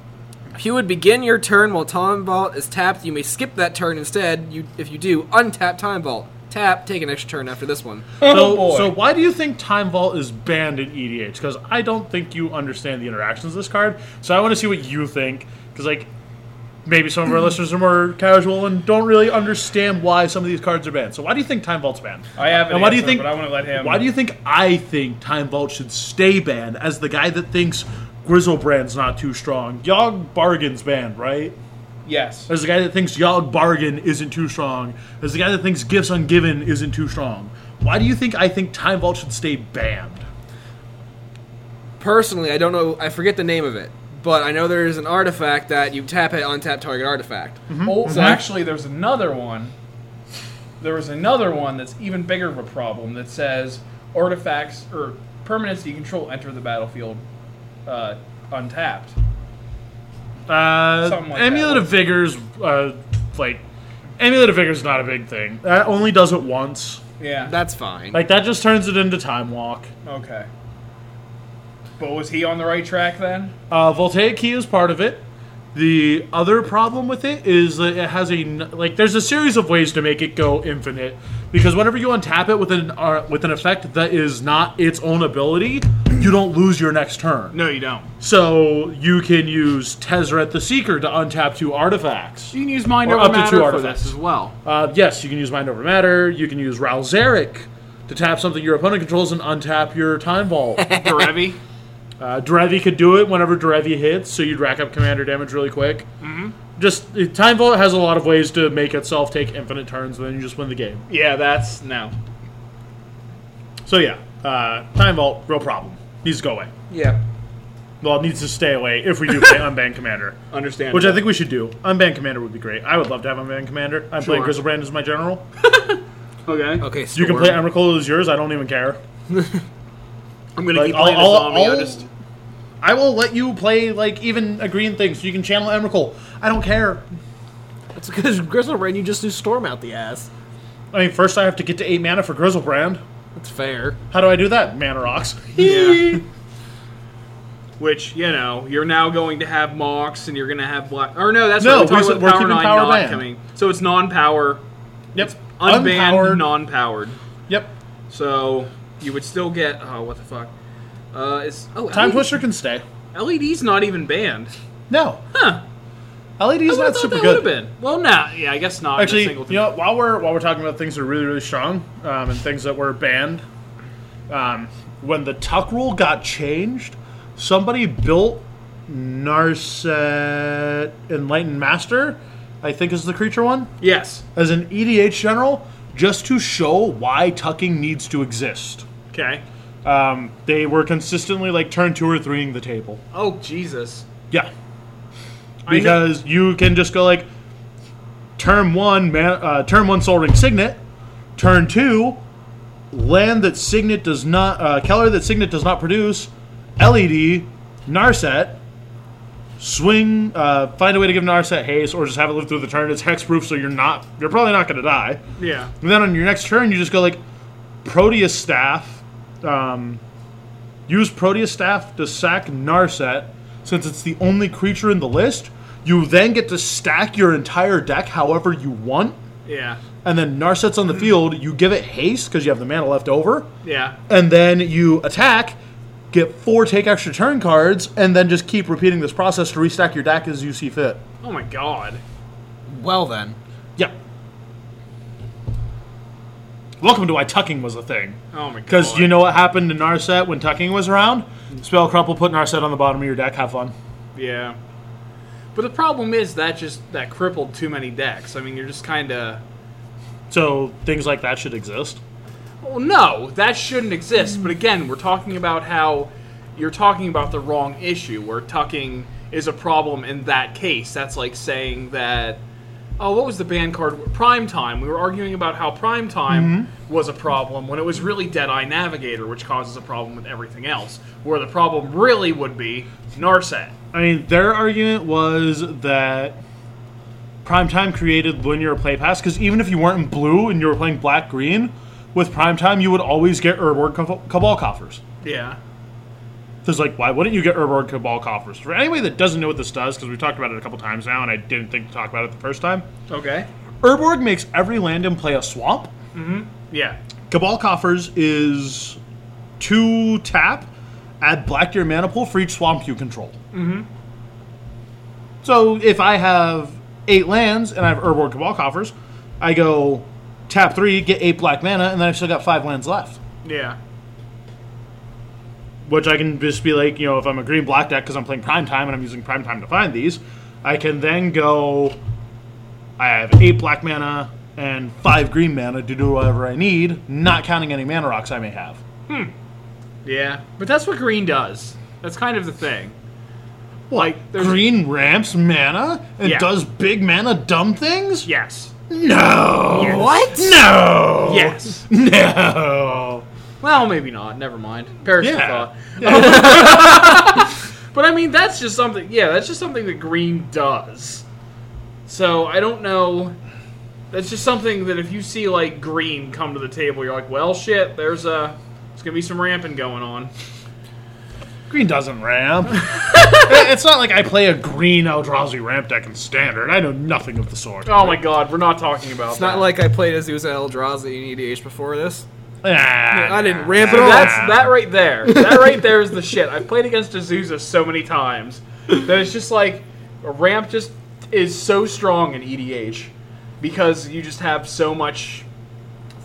If you would begin your turn while Time Bolt is tapped, you may skip that turn instead. You, if you do, untap Time Bolt. Tap, take an extra turn after this one.
oh
so,
boy.
so why do you think Time Vault is banned in E EDH? Because I don't think you understand the interactions of this card. So I want to see what you think. Because like, maybe some of our listeners are more casual and don't really understand why some of these cards are banned. So why do you think Time Vault's banned?
I have an
And why do you
answer,
think?
but I wanna let him-
Why do you think I think Time Vault should stay banned as the guy that thinks Grizzlebrand's not too strong? Yogg Bargain's banned, right?
Yes.
There's the guy that thinks Yogg Bargain isn't too strong. There's the guy that thinks Gifts Ungiven isn't too strong. Why do you think I think Time Vault should stay banned?
Personally, I don't know. I forget the name of it, but I know there is an artifact that you tap it, untap target artifact.
Mm-hmm.
Oh,
Uh-huh.
actually, there's another one. There was another one that's even bigger of a problem that says artifacts or permanents you control enter the battlefield uh, untapped.
Uh,
Something like
Amulet
that.
of Vigor's uh, like Amulet of Vigor's not a big thing. That only does it once.
Yeah.
That's fine.
Like that just turns it into Time Walk.
okay. But was he on the right track then?
Uh, Voltaic Key is part of it. The other problem with it is that it has a n- like. There's a series of ways to make it go infinite because whenever you untap it with an uh, with an effect that is not its own ability, you don't lose your next turn.
No, you don't.
So you can use Tezzeret the Seeker to untap two artifacts.
You can use mind
Or
over
up to
matter
two
for
artifacts.
this as well.
Uh, yes, you can use Mind Over Matter. You can use Ralzeric to tap something your opponent controls and untap your Time Vault. uh,
Derevi.
Derevi Uh, could do it whenever Derevi hits, so you'd rack up commander damage really quick. Mm-hmm. Just uh, Time Vault has a lot of ways to make itself take infinite turns, and then you just win the game.
Yeah, that's no.
So yeah, uh, Time Vault, real problem. Needs to go away.
yeah.
Well, it needs to stay away if we do play Unbanned Commander,
Understand.
which I think we should do. Unbanned Commander would be great. I would love to have Unbanned Commander. I'm playing
Sure.
Grizzlebrand as my general.
okay.
Okay.
You can
Storm.
play Emrakul as yours. I don't even care.
I'm gonna
Like, I'll- I'll- I'll- I will let you play like even a green thing, so you can channel Emrakul. I don't care.
It's because Grizzle Rain, you just do Storm out the ass.
I mean, first I have to get to eight mana for Grizzlebrand.
That's fair.
How do I do that? Mana rocks.
Yeah. Which you know you're now going to have Mox and you're going to have Black. Or no, that's
No,
what we're
we
talking
said
about.
we're
Power
keeping
Nine
Power
not
banned.
coming. So it's non-power,
yep.
unbanned,
Unpowered.
non-powered.
Yep.
So you would still get. Oh, what the fuck? Uh, it's oh
Time
LED
Twister can stay.
LED's E not even banned.
No.
Huh?
LED
I
is
would've
not
thought
super
that would have
good.
been. Well, nah. Yeah, I guess not. in a
Actually,
single
you know, while we're while we're talking about things that are really really strong um, and things that were banned, um, when the Tuck rule got changed, somebody built Narset Enlightened Master, I think is the creature one.
yes.
as an EDH general just to show why tucking needs to exist.
Okay.
Um, they were consistently like turn two or threeing the table.
Oh Jesus.
Yeah,
know-
because you can just go like turn one, man, uh, turn one Soul Ring Signet, turn two land that Signet does not, uh, Keller that Signet does not produce, LED, Narset. Swing, uh, find a way to give Narset haste, or just have it live through the turn. It's hexproof, so you're not, you're probably not going to die.
Yeah.
And then on your next turn, you just go like Proteus Staff. Um, use Proteus Staff to sack Narset, since it's the only creature in the list. You then get to stack your entire deck however you want,
Yeah.
and then Narset's on the field. You give it haste because you have the mana left over,
Yeah.
and then you attack, get four take extra turn cards, and then just keep repeating this process to restack your deck as you see fit.
Oh my God.
Well then.
Yeah. Welcome to why tucking was a thing.
Oh my God.
Because you know what happened to Narset when Tucking was around? Spell Crumple, put Narset on the bottom of your deck, have fun.
Yeah. But the problem is that just that crippled too many decks. I mean, you're just kind of
So things like that should exist.
well, no, that shouldn't exist. But again, we're talking about how you're talking about the wrong issue where tucking is a problem in that case. That's like saying that oh, what was the band card Prime Time. We were arguing about how Prime Time
Mm-hmm.
was a problem when it was really Deadeye Navigator, which causes a problem with everything else. Where the problem really would be Narset.
I mean, their argument was that Primetime created linear play paths, because even if you weren't in blue and you were playing black green, with Primetime you would always get Urborg Cab- Cabal Coffers.
Yeah.
Because, like, why wouldn't you get Urborg Cabal Coffers? For anybody that doesn't know what this does, because we've talked about it a couple times now and I didn't think to talk about it the first time,
Okay.
Urborg makes every land in play a swamp.
Yeah.
Cabal Coffers is two tap, add black to your mana pool for each swamp you control. Mm-hmm. So if I have eight lands and I have Urborg Cabal Coffers, I go tap three, get eight black mana, and then I've still got five lands left.
Yeah.
Which I can just be like, you know, if I'm a green black deck because I'm playing prime time and I'm using prime time to find these, I can then go. I have eight black mana and five green mana to do whatever I need, not counting any mana rocks I may have.
Yeah, but that's what green does. That's kind of the thing.
Like
there's-
green ramps mana and
Yeah.
does big mana dumb things?
Yes.
No.
What?
No.
Yes.
No.
Well, maybe not. Never mind. Perish the
Yeah.
thought. but I mean, that's just something. Yeah, that's just something that green does. So I don't know. That's just something that if you see like green come to the table, you're like, well, shit. There's a. There's gonna be some ramping going on.
Green doesn't ramp. It- it's not like I play a green Eldrazi ramp deck in standard. I know nothing of the sort.
Oh my god, we're not talking about.
It's not like I played Azusa Eldrazi in EDH before this.
Ah,
I didn't ramp it
So
all.
that's that right there. That right there is the shit. I've played against Azusa so many times that it's just like a ramp just is so strong in EDH because you just have so much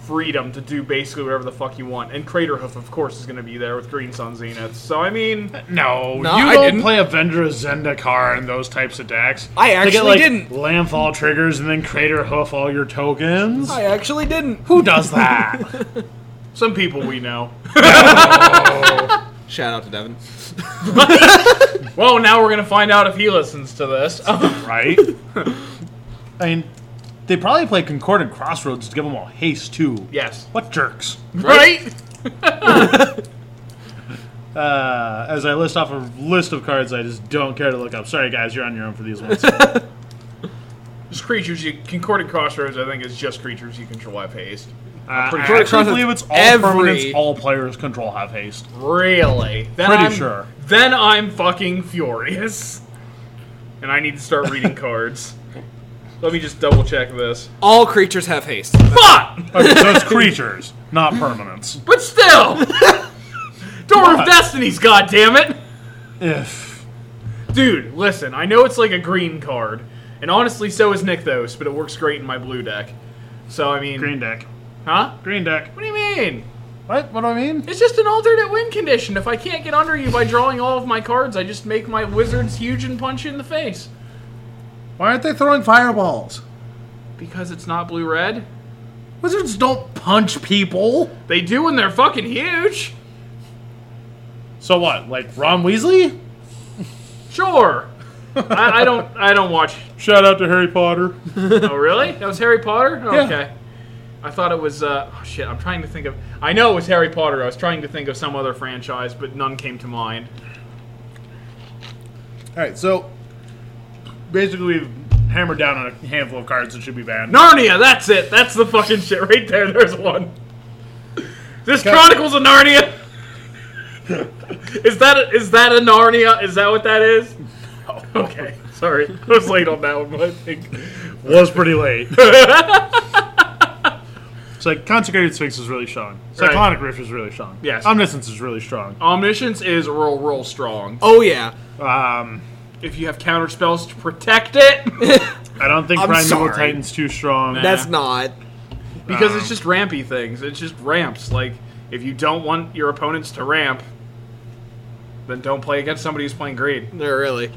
freedom to do basically whatever the fuck you want. And Craterhoof, of course, is going to be there with Green Sun Zenith. So I mean,
No,
No,
you
I
don't
didn't.
play Avenger of Zendikar and those types of decks.
I
They get,
actually
like,
didn't.
Landfall triggers and then Crater Hoof all your tokens.
I actually didn't.
Who does that?
some people we know.
Shout out to Devin.
Well, now we're going to find out if he listens to this.
right? I mean, they probably play Concordant Crossroads to give them all haste too.
yes.
What jerks?
Right?
Uh, as I list off a list of cards I just don't care to look up. Sorry, guys, you're on your own for these ones. Uh,
Just creatures you Concordant Crossroads, I think, is just creatures you control have haste.
Uh,
Pretty
I
sure.
actually believe it's all
Every-
permanents all players control have haste.
Really? Then
Pretty
I'm,
sure.
Then I'm fucking furious. And I need to start reading cards. Let me just double check this.
All creatures have haste.
Fuck!
Okay, so it's Oh, creatures, not permanents.
But still! Door of Destinies, goddammit!
If
Dude, listen, I know it's like a green card. And honestly, so is Nykthos, but it works great in my blue deck. So, I mean.
green deck,
Huh?
green deck.
What do you mean?
What? What do I mean?
It's just an alternate win condition. If I can't get under you by drawing all of my cards, I just make my wizards huge and punch you in the face.
Why aren't they throwing fireballs?
Because it's not blue red?
Wizards don't punch people.
They do when they're fucking huge.
So what? Like Ron Weasley?
Sure. I, I don't. I don't watch.
Shout out to Harry Potter.
Oh, really? That was Harry Potter. Oh,
Yeah.
Okay. I thought it was. Uh, oh shit! I'm trying to think of. I know it was Harry Potter. I was trying to think of some other franchise, but none came to mind.
All right, so basically we've hammered down on a handful of cards that should be banned.
Narnia. That's it. That's the fucking shit right there. There's one. This
Okay.
Chronicles of Narnia. is that a, is that a Narnia? Is that what that is? Okay. Sorry, I was late on that one. But I think.
was pretty late. it's like Consecrated Sphinx is really strong.
Right.
Cyclonic Rift is really strong.
Yes.
Omniscience is really strong.
Omniscience is real, real strong.
Oh yeah.
Um,
if you have counter spells to protect it
I don't think
I'm
Primeval
sorry.
Titan's too strong.
That's not.
because it's just rampy things it's just ramps like if you don't want your opponents to ramp then don't play against somebody who's playing green
No, really.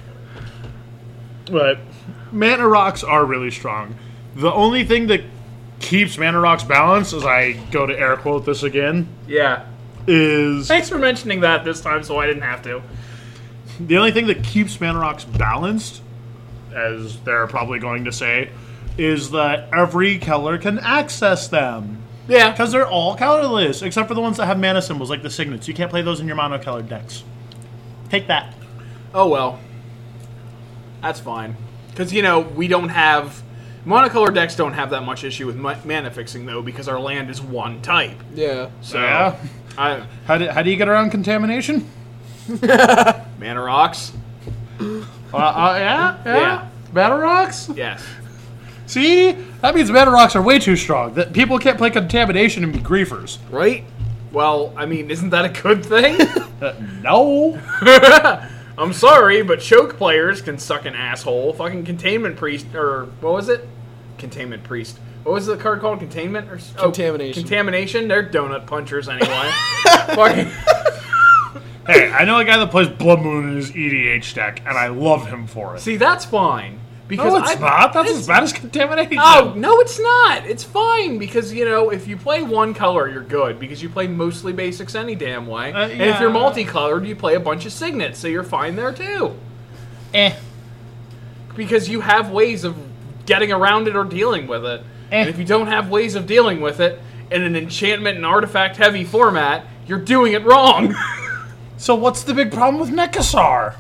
but mana rocks are really strong. The only thing that keeps mana rocks balanced, as I go to air quote this again,
yeah
is
thanks for mentioning that this time so i didn't have to
the only thing that keeps mana rocks balanced, as they're probably going to say, is that every color can access them.
yeah
Because they're all colorless, except for the ones that have mana symbols, like the signets. You can't play those in your monocolored decks. Take that.
oh well that's fine because you know we don't have monocolor decks don't have that much issue with ma- mana fixing though because our land is one type
Yeah.
so
Yeah.
I,
How do, how do you get around contamination?
mana rocks
Uh, uh, yeah, yeah.
Yeah.
Battle rocks?
yes
See? That means battle rocks are way too strong. That People can't play contamination and be griefers.
Right.
Uh,
well i mean isn't that a good thing
No.
I'm sorry, but choke players can suck an asshole. Fucking containment priest, or what was it? Containment priest. What was the card called? Containment or s- oh,
Contamination.
contamination. They're donut punchers anyway. Fucking.
Hey, I know a guy that plays Blood Moon in his EDH deck, and I love him for it.
See, that's fine because
no, it's
I,
not. That's as bad as contamination.
Oh no, it's not. It's fine because you know if you play one color, you're good because you play mostly basics any damn way.
Uh,
And if you're
yeah.
multicolored, you play a bunch of signets, so you're fine there too.
Eh.
Because you have ways of getting around it or dealing with it. And
Eh.
if you don't have ways of dealing with it in an enchantment and artifact heavy format, you're doing it wrong.
So what's the big problem with Mechasar?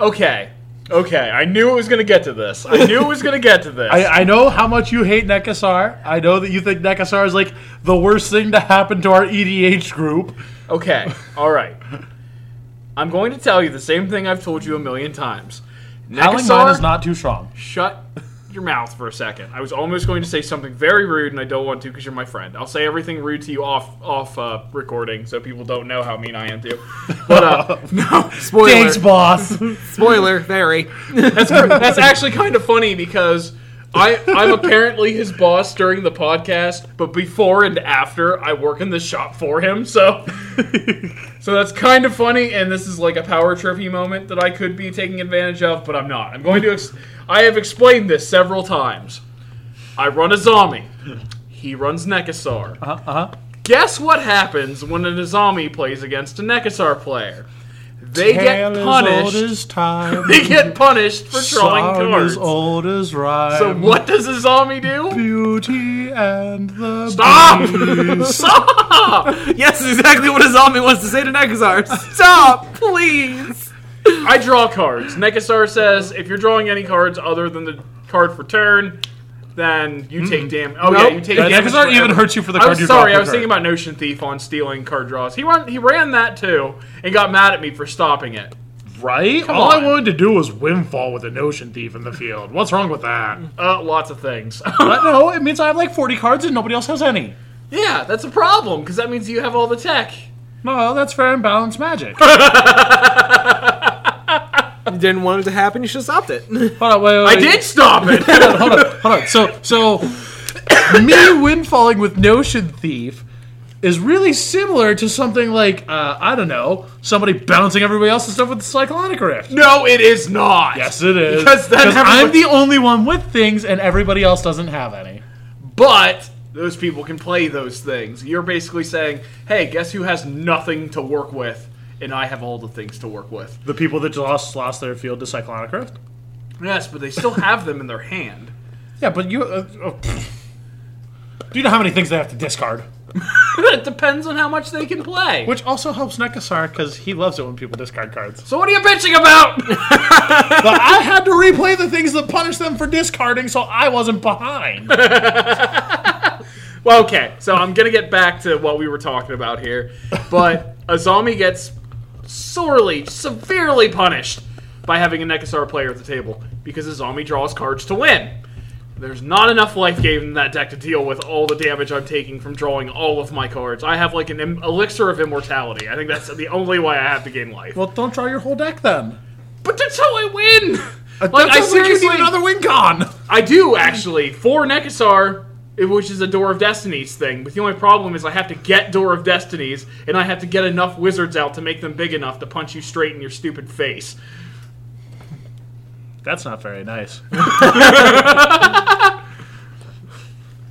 okay. Okay, I knew it was going to get to this. I knew it was going to get to this.
I, I know how much you hate Nekasar. I know that you think Nekasar is like the worst thing to happen to our EDH group.
Okay, all right. I'm going to tell you the same thing I've told you a million times.
Howling
Nekasar-
Mine is not too strong.
Shut your mouth for a second. I was almost going to say something very rude, and I don't want to because you're my friend. I'll say everything rude to you off off uh, recording, so people don't know how mean I am to you. But uh, no,
Spoiler.
Thanks, boss.
Spoiler. Very.
that's that's actually kind of funny because. I, I'm apparently his boss during the podcast, but before and after, I work in the shop for him. So, so that's kind of funny, and this is like a power trippy moment that I could be taking advantage of, but I'm not. I'm going to. Ex- I have explained this several times. I run a zombie. He runs Nekasar. Uh-huh, Guess what happens when a Azami plays against a Nekasar player? They
Tale
get
as
punished.
old as time.
they get punished for drawing
Song
cards.
as old as rhyme.
So what does a zombie do?
Beauty and the
Stop!
Beast.
Stop!
Yes, is exactly what a zombie wants to say to Nekazar. Stop, please.
I draw cards. Nekasar says if you're drawing any cards other than the card for turn, then you take damage. Oh yeah,
Nope.
you take
Yeah,
damage.
Nekazar
for
even
every-
hurts you for the
I
card
was
you draw
sorry. I
per
was thinking about Notion Thief on stealing card draws. He ran he ran that too and got mad at me for stopping it.
Right? All
on.
I wanted to do was windfall with a notion thief in the field. What's wrong with that?
Uh, lots of things.
But no, it means I have like 40 cards and nobody else has any.
yeah, that's a problem because that means you have all the tech.
No, that's fair and balanced magic.
You didn't want it to happen. You should have stopped it.
Hold on, wait, wait,
I
wait.
did stop it.
Hold on, hold on. So, so me windfalling with Notion Thief is really similar to something like uh, I don't know, somebody bouncing everybody else's stuff with the Cyclonic Rift.
no, it is not.
Yes, it is.
Because then
I'm
everybody-
the only one with things, and everybody else doesn't have any.
But those people can play those things. You're basically saying, hey, guess who has nothing to work with? And I have all the things to work with.
The people that lost lost their field to Cyclonic Rift.
Yes, but they still have them in their hand.
Yeah, but you. Uh, oh, pfft. Do you know how many things they have to discard?
it depends on how much they can play.
Which also helps Nekasar because he loves it when people discard cards.
so what are you bitching about?
but I had to replay the things that punished them for discarding, so I wasn't behind.
well, okay, so I'm gonna get back to what we were talking about here, but a zombie gets sorely, severely punished by having a Nekasar player at the table because a zombie draws cards to win. There's not enough life gain in that deck to deal with all the damage I'm taking from drawing all of my cards. I have like an Im- elixir of immortality. I think that's the only way I have to gain life.
well, don't draw your whole deck then.
But that's how I win. Like
That
I
sounds like
seriously,
you need another win con.
I do actually for Nekasar, it- which is a Door of Destinies thing. But the only problem is I have to get Door of Destinies, and I have to get enough wizards out to make them big enough to punch you straight in your stupid face.
That's not very nice.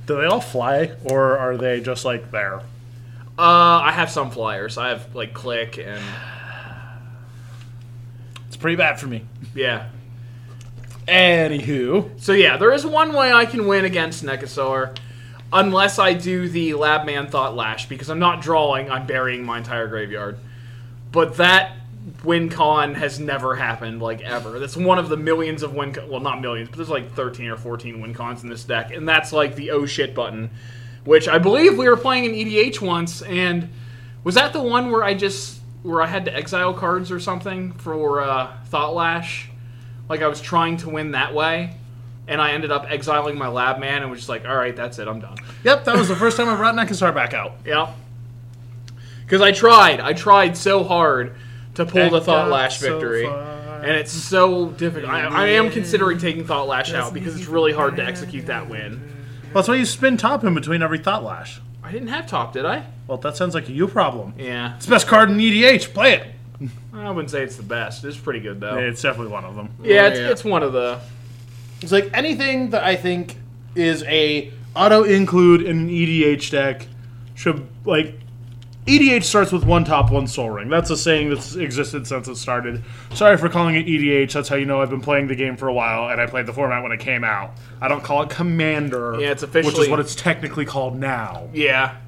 Do they all fly, or are they just like there?
Uh, I have some flyers. I have like click and
It's pretty bad for me.
yeah.
Anywho,
So yeah, there is one way I can win against Nekasar, unless I do the Lab Man Thought Lash because I'm not drawing. I'm burying my entire graveyard. But that win con has never happened like ever. That's one of the millions of win. Well, not millions, but there's like 13 or 14 win cons in this deck, and that's like the oh shit button, which I believe we were playing in EDH once, and was that the one where I just where I had to exile cards or something for uh, Thought Lash? Like I was trying to win that way, and I ended up exiling my lab man and was just like, all right, that's it, I'm done.
yep, that was the first time I brought Nekasar back out.
Yeah. Because I tried. I tried so hard to pull the
And
Thought
got
Lash
so
victory.
far.
and it's so difficult. I, I am considering taking Thought Lash out because it's really hard to execute that win.
Well, that's why you spin top in between every thought lash.
I didn't have top, did I?
Well, that sounds like a you problem.
Yeah.
It's the best card in EDH. Play it.
I wouldn't say it's the best. It's pretty good, though.
It's definitely one of them.
yeah, it's,
Yeah.
it's one of the.
It's like anything that I think is a auto include in an EDH deck should like EDH starts with one top, one soul ring. That's a saying that's existed since it started. Sorry for calling it EDH. That's how you know I've been playing the game for a while, and I played the format when it came out. I don't call it Commander.
Yeah, it's
which is
officially-
what it's technically called now.
Yeah,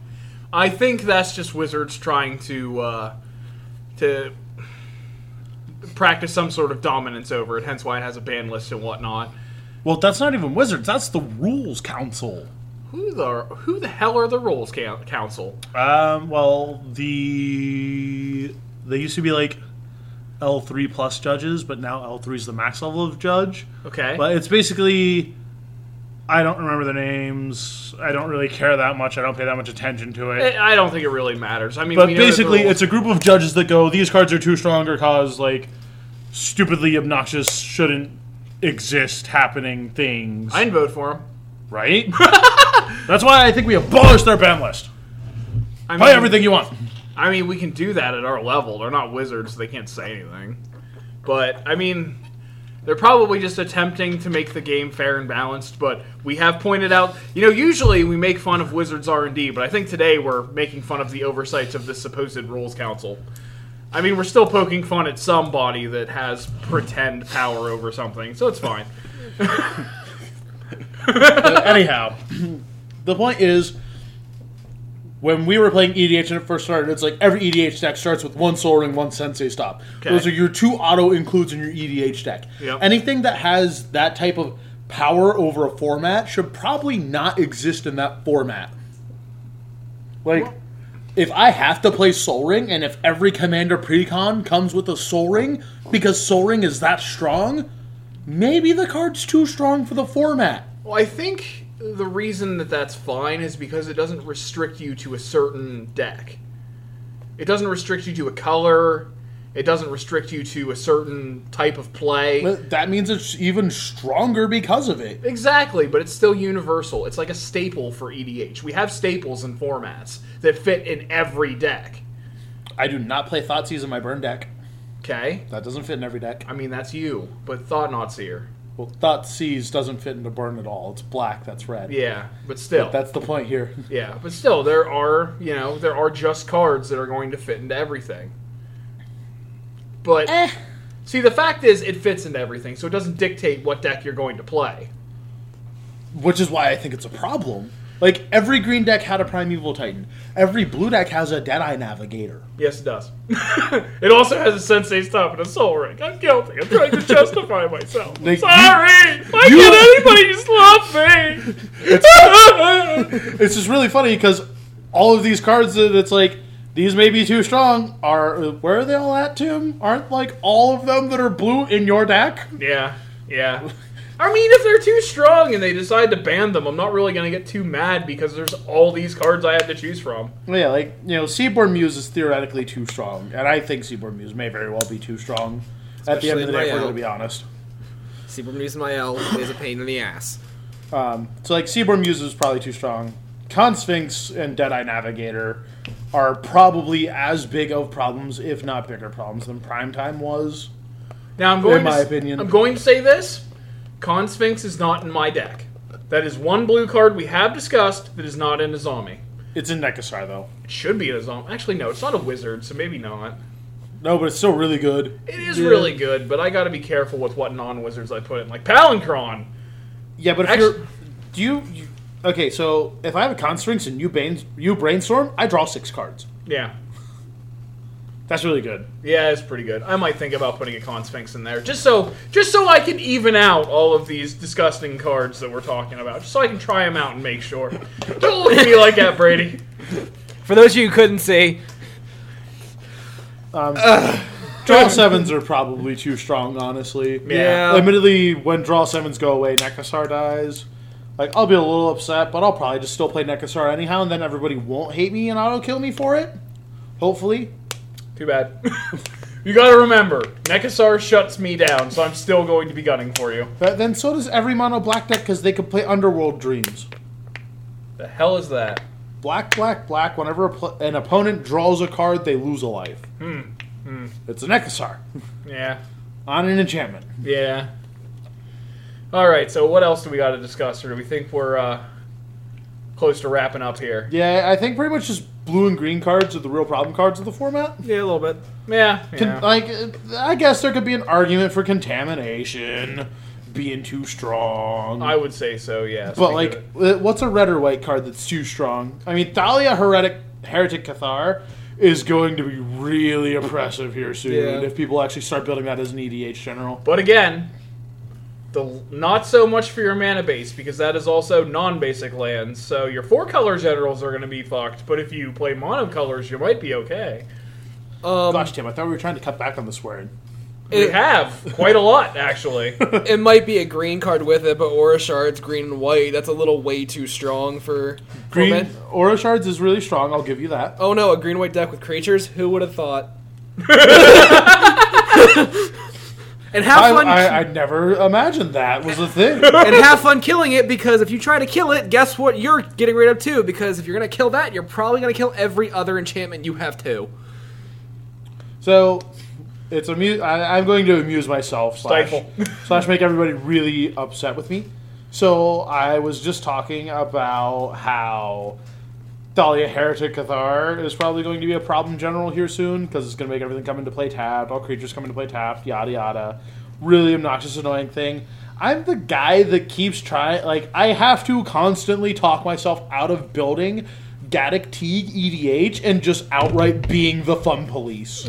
I think that's just Wizards trying to uh, to practice some sort of dominance over it. Hence why it has a ban list and whatnot.
Well, that's not even Wizards. That's the Rules Council.
Who the who the hell are the Rules Coun- Council?
Um, well, the they used to be like L three plus judges, but now L three is the max level of judge.
Okay,
But it's basically I don't remember the names. I don't really care that much. I don't pay that much attention to it.
I I don't think it really matters. Eh, I mean,
But
we know that the
basically,
rules-
it's a group of judges that go, these cards are too strong or cause like stupidly obnoxious, shouldn't exist happening things.
I didn't vote for him.
right? That's why I think we abolished their ban list.
I mean,
Play everything you want.
I mean, we can do that at our level. They're not wizards; so they can't say anything. But I mean, they're probably just attempting to make the game fair and balanced. But we have pointed out, you know, usually we make fun of Wizards R and D, but I think today we're making fun of the oversights of this supposed rules council. I mean, we're still poking fun at somebody that has pretend power over something, so it's fine.
Anyhow, the point is, when we were playing EDH and it first started, it's like every EDH deck starts with one Soul Ring, one Sensei Stop.
Okay.
Those are your two auto includes in your EDH deck.
Yep.
Anything that has that type of power over a format should probably not exist in that format. Like. If I have to play Soul Ring, and if every commander precon comes with a Soul Ring because Soul Ring is that strong, maybe the card's too strong for the format.
Well, I think the reason that that's fine is because it doesn't restrict you to a certain deck. It doesn't restrict you to a color. It doesn't restrict you to a certain type of play.
But that means it's even stronger because of it.
exactly, but it's still universal. It's like a staple for EDH. We have staples and formats that fit in every deck.
I do not play Thoughtseize in my burn deck.
Okay?
That doesn't fit in every deck.
I mean, that's you, but Thought Not Seer.
Well, Thoughtseize doesn't fit into burn at all. It's black, that's red.
Yeah, but still.
That's the point here.
yeah, but still, there are, you know, there are just cards that are going to fit into everything. But. See, the fact is, it fits into everything, so it doesn't dictate what deck you're going to play.
Which is why I think it's a problem. Like, every green deck had a Primeval Titan, every blue deck has a Deadeye Navigator.
Yes, it does. it also has a sensei stop and a soul ring. I'm guilty. I'm trying to justify myself. I'm
Like, you-
Sorry. Why
you-
can't anybody just love me?
It's just really funny because all of these cards that it's like, these may be too strong are. Where are they all at, Tim? Aren't, like, all of them that are blue in your deck?
yeah, yeah. I mean, if they're too strong and they decide to ban them, I'm not really going to get too mad because there's all these cards I have to choose from.
Well, yeah, like you know, Seaborn Muse is theoretically too strong, and I think Seaborn Muse may very well be too strong. At the end
Especially
of the
in
day, if we're
layout.
going to be honest.
Seabrook News and IL is a pain in the ass.
Um, so like Seaborn Muse is probably too strong. Con Sphinx and Deadeye Navigator are probably as big of problems, if not bigger problems, than Primetime was.
Now I'm going.
In my
to, s-
opinion.
I'm going to say this: Con Sphinx is not in my deck. That is one blue card we have discussed that is not in Azami.
It's in Nekasar though.
It should be in Azami. Actually, no, it's not a wizard, so maybe not.
No, but it's still really good.
It is really good, but I got to be careful with what non-wizards I put in, like Palancron.
Yeah, but if
Actu-
you're, do you, you? Okay, so if I have a Con Sphinx and you, bain, you brainstorm, I draw six cards.
Yeah,
That's really good.
yeah, it's pretty good. I might think about putting a Con Sphinx in there just so just so I can even out all of these disgusting cards that we're talking about, just so I can try them out and make sure. Don't look at me like that, Brady.
For those of you who couldn't see,
Draw sevens are probably too strong, honestly.
Yeah.
Admittedly, when draw sevens go away, Nekasar dies. Like, I'll be a little upset, but I'll probably just still play Nekasar anyhow, and then everybody won't hate me and auto kill me for it. Hopefully.
Too bad. You gotta remember, Nekasar shuts me down, so I'm still going to be gunning for you.
Th- then so does every mono black deck because they could play Underworld Dreams.
The hell is that?
Black, black, black. Whenever a pl- an opponent draws a card, they lose a life. Hmm. It's an Ekasar
Yeah.
on an enchantment.
Yeah. Alright, so what else do we gotta discuss, or do we think we're uh, close to wrapping up here?
Yeah, I think pretty much just blue and green cards are the real problem cards of the format.
Yeah, a little bit.
Yeah.
Con-
yeah.
Like, uh, I guess there could be an argument for contamination, being too strong.
I would say so, yes.
but,
we
like,
could.
uh, what's a red or white card that's too strong? I mean, Thalia Heretic, Heretic Cathar is going to be really oppressive here soon
Yeah.
if people actually start building that as an EDH general.
But again, the not so much for your mana base because that is also non-basic lands. So your four-color generals are going to be fucked. But if you play monocolors, you might be okay.
Gosh, Tim, I thought we were trying to cut back on the swearing.
We
It,
have quite a lot actually.
it might be a green card with it, but Aura Shard's green and white. That's a little way too strong for
Green
Torment.
Aura Shards is really strong, I'll give you that.
Oh no, a green white deck with creatures? Who would have thought?
And have
I,
fun.
I, I never imagined that was a thing.
and have fun killing it because if you try to kill it, guess what? You're getting rid of too. Because if you're gonna kill that, you're probably gonna kill every other enchantment you have too.
So it's amu- I, I'm going to amuse myself slash
Stifle.
slash make everybody really upset with me. So I was just talking about how Thalia Heretic Cathar is probably going to be a problem general here soon because it's going to make everything come into play tapped, all creatures come into play tapped, yada yada. Really obnoxious, annoying thing. I'm the guy that keeps trying. Like I have to constantly talk myself out of building Gaddock Teague EDH and just outright being the fun police.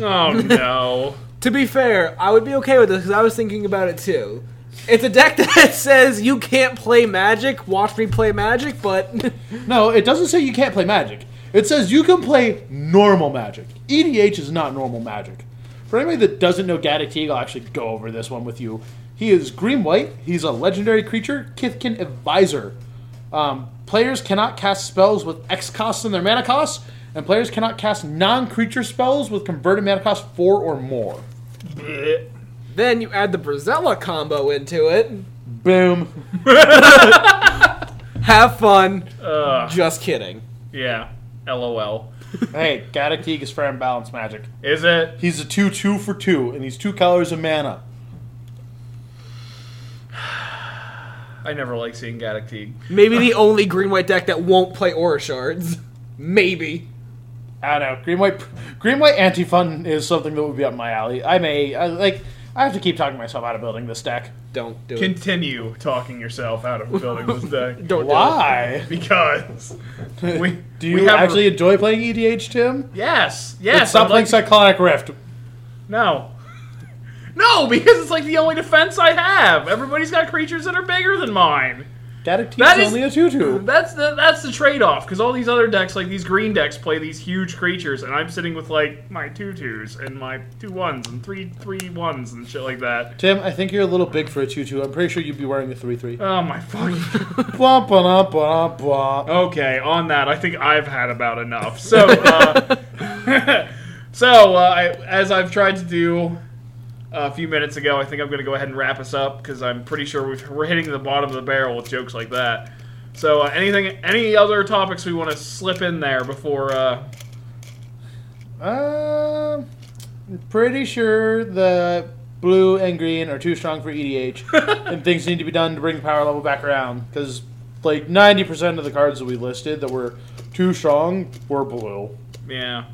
oh no.
To be fair, I would be okay with this because I was thinking about it too. It's a deck that says you can't play Magic. Watch me play Magic, but
No, it doesn't say you can't play magic. It says you can play normal magic. EDH is not normal magic. For anybody that doesn't know Gaddock Teague, I'll actually go over this one with you. He is green white. He's a legendary creature, Kithkin Advisor. Um, players cannot cast spells with X costs in their mana costs, and players cannot cast non creature spells with converted mana cost four or more.
Blech.
Then you add the Brazella combo into it.
Boom.
Have fun. Just kidding.
Yeah. LOL.
hey, Gaddock Teague is fair and balanced magic.
Is it?
He's a 2 2 for 2, and he's two colors of mana.
I never like seeing Gaddock Teague.
Maybe the only green white deck that won't play Aura Shards. Maybe.
I don't know. Green white, green white anti fun is something that would be up my alley. I may I, like. I have to keep talking myself out of building this deck.
Don't do it.
Continue talking yourself out of building this deck
Don't
Why?
because we
Do you
we have a-
actually enjoy playing EDH, Tim?
yes
Then
yes. I'd
Stop
like
playing Cyclonic Rift.
No. No, because it's like the only defense I have. Everybody's got creatures that are bigger than mine.
Gaddock Teague's
That is-
only a two-two.
That's the that's the trade-off. Because all these other decks, like these green decks, play these huge creatures, and I'm sitting with like my two twos and my two ones and three three ones and shit like that.
Tim, I think you're a little big for a two-two. I'm pretty sure you'd be wearing a three-three.
Oh my fucking.
Blah, blah, blah, blah.
Okay, on that, I think I've had about enough. So, uh, so uh, I, as I've tried to do a few minutes ago, I think I'm going to go ahead and wrap us up because I'm pretty sure we've, we're hitting the bottom of the barrel with jokes like that. So, uh, anything, any other topics we want to slip in there before? Uh,
Um, pretty sure the blue and green are too strong for EDH, and things need to be done to bring power level back around. Because like ninety percent of the cards that we listed that were too strong were blue,
yeah,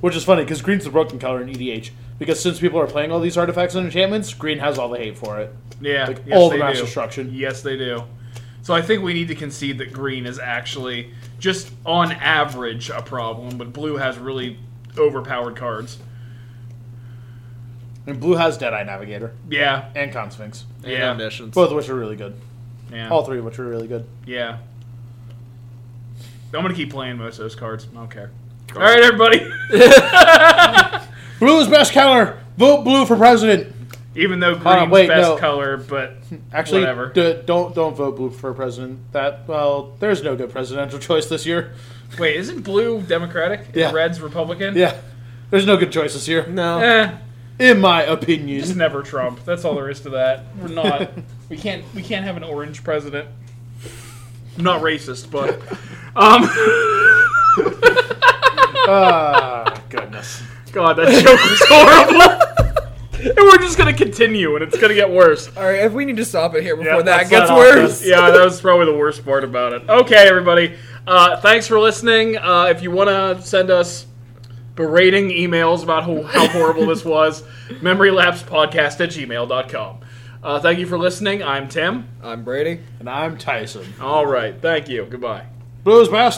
which is funny because green's the broken color in EDH. Because since people are playing all these artifacts and enchantments, green has all the hate for it.
yeah,
Like
yes,
all the
they
mass
do.
destruction.
Yes, they do. So I think we need to concede that green is actually just on average a problem, but blue has really overpowered cards.
And blue has Deadeye Navigator
Yeah,
and Consphinx,
yeah.
Omniscience.
both of which are really good.
Yeah.
All three of which are really good.
Yeah. I'm gonna keep playing most of those cards. I don't care. All right, everybody.
Blue is best color. Vote blue for president.
Even though
on,
green's
Uh, wait,
best
no.
color, but
Actually,
Whatever.
d- don't don't vote blue for president. That well, there's no good presidential choice this year.
wait, isn't blue Democratic? and
Yeah.
Red's Republican.
Yeah,
There's no good choices here,
No.
Eh,
in my
just
opinion.
never Trump. That's all there is to that. We're not. we can't. We can't have an orange president. I'm not racist, but um,
Ah, goodness.
God, that joke was horrible. and we're just gonna continue, and it's gonna get worse.
All right, if we need to stop it here before
Yeah,
that
let's
gets
not off
worse.
yeah, that was probably the worst part about it. Okay, everybody. Uh, thanks for listening. Uh, if you want to send us berating emails about how, how horrible this was, memorylapsepodcast at gmail.com. Uh, thank you for listening. I'm Tim.
I'm Brady.
And I'm Tyson.
All right. Thank you. Goodbye.
Blues best.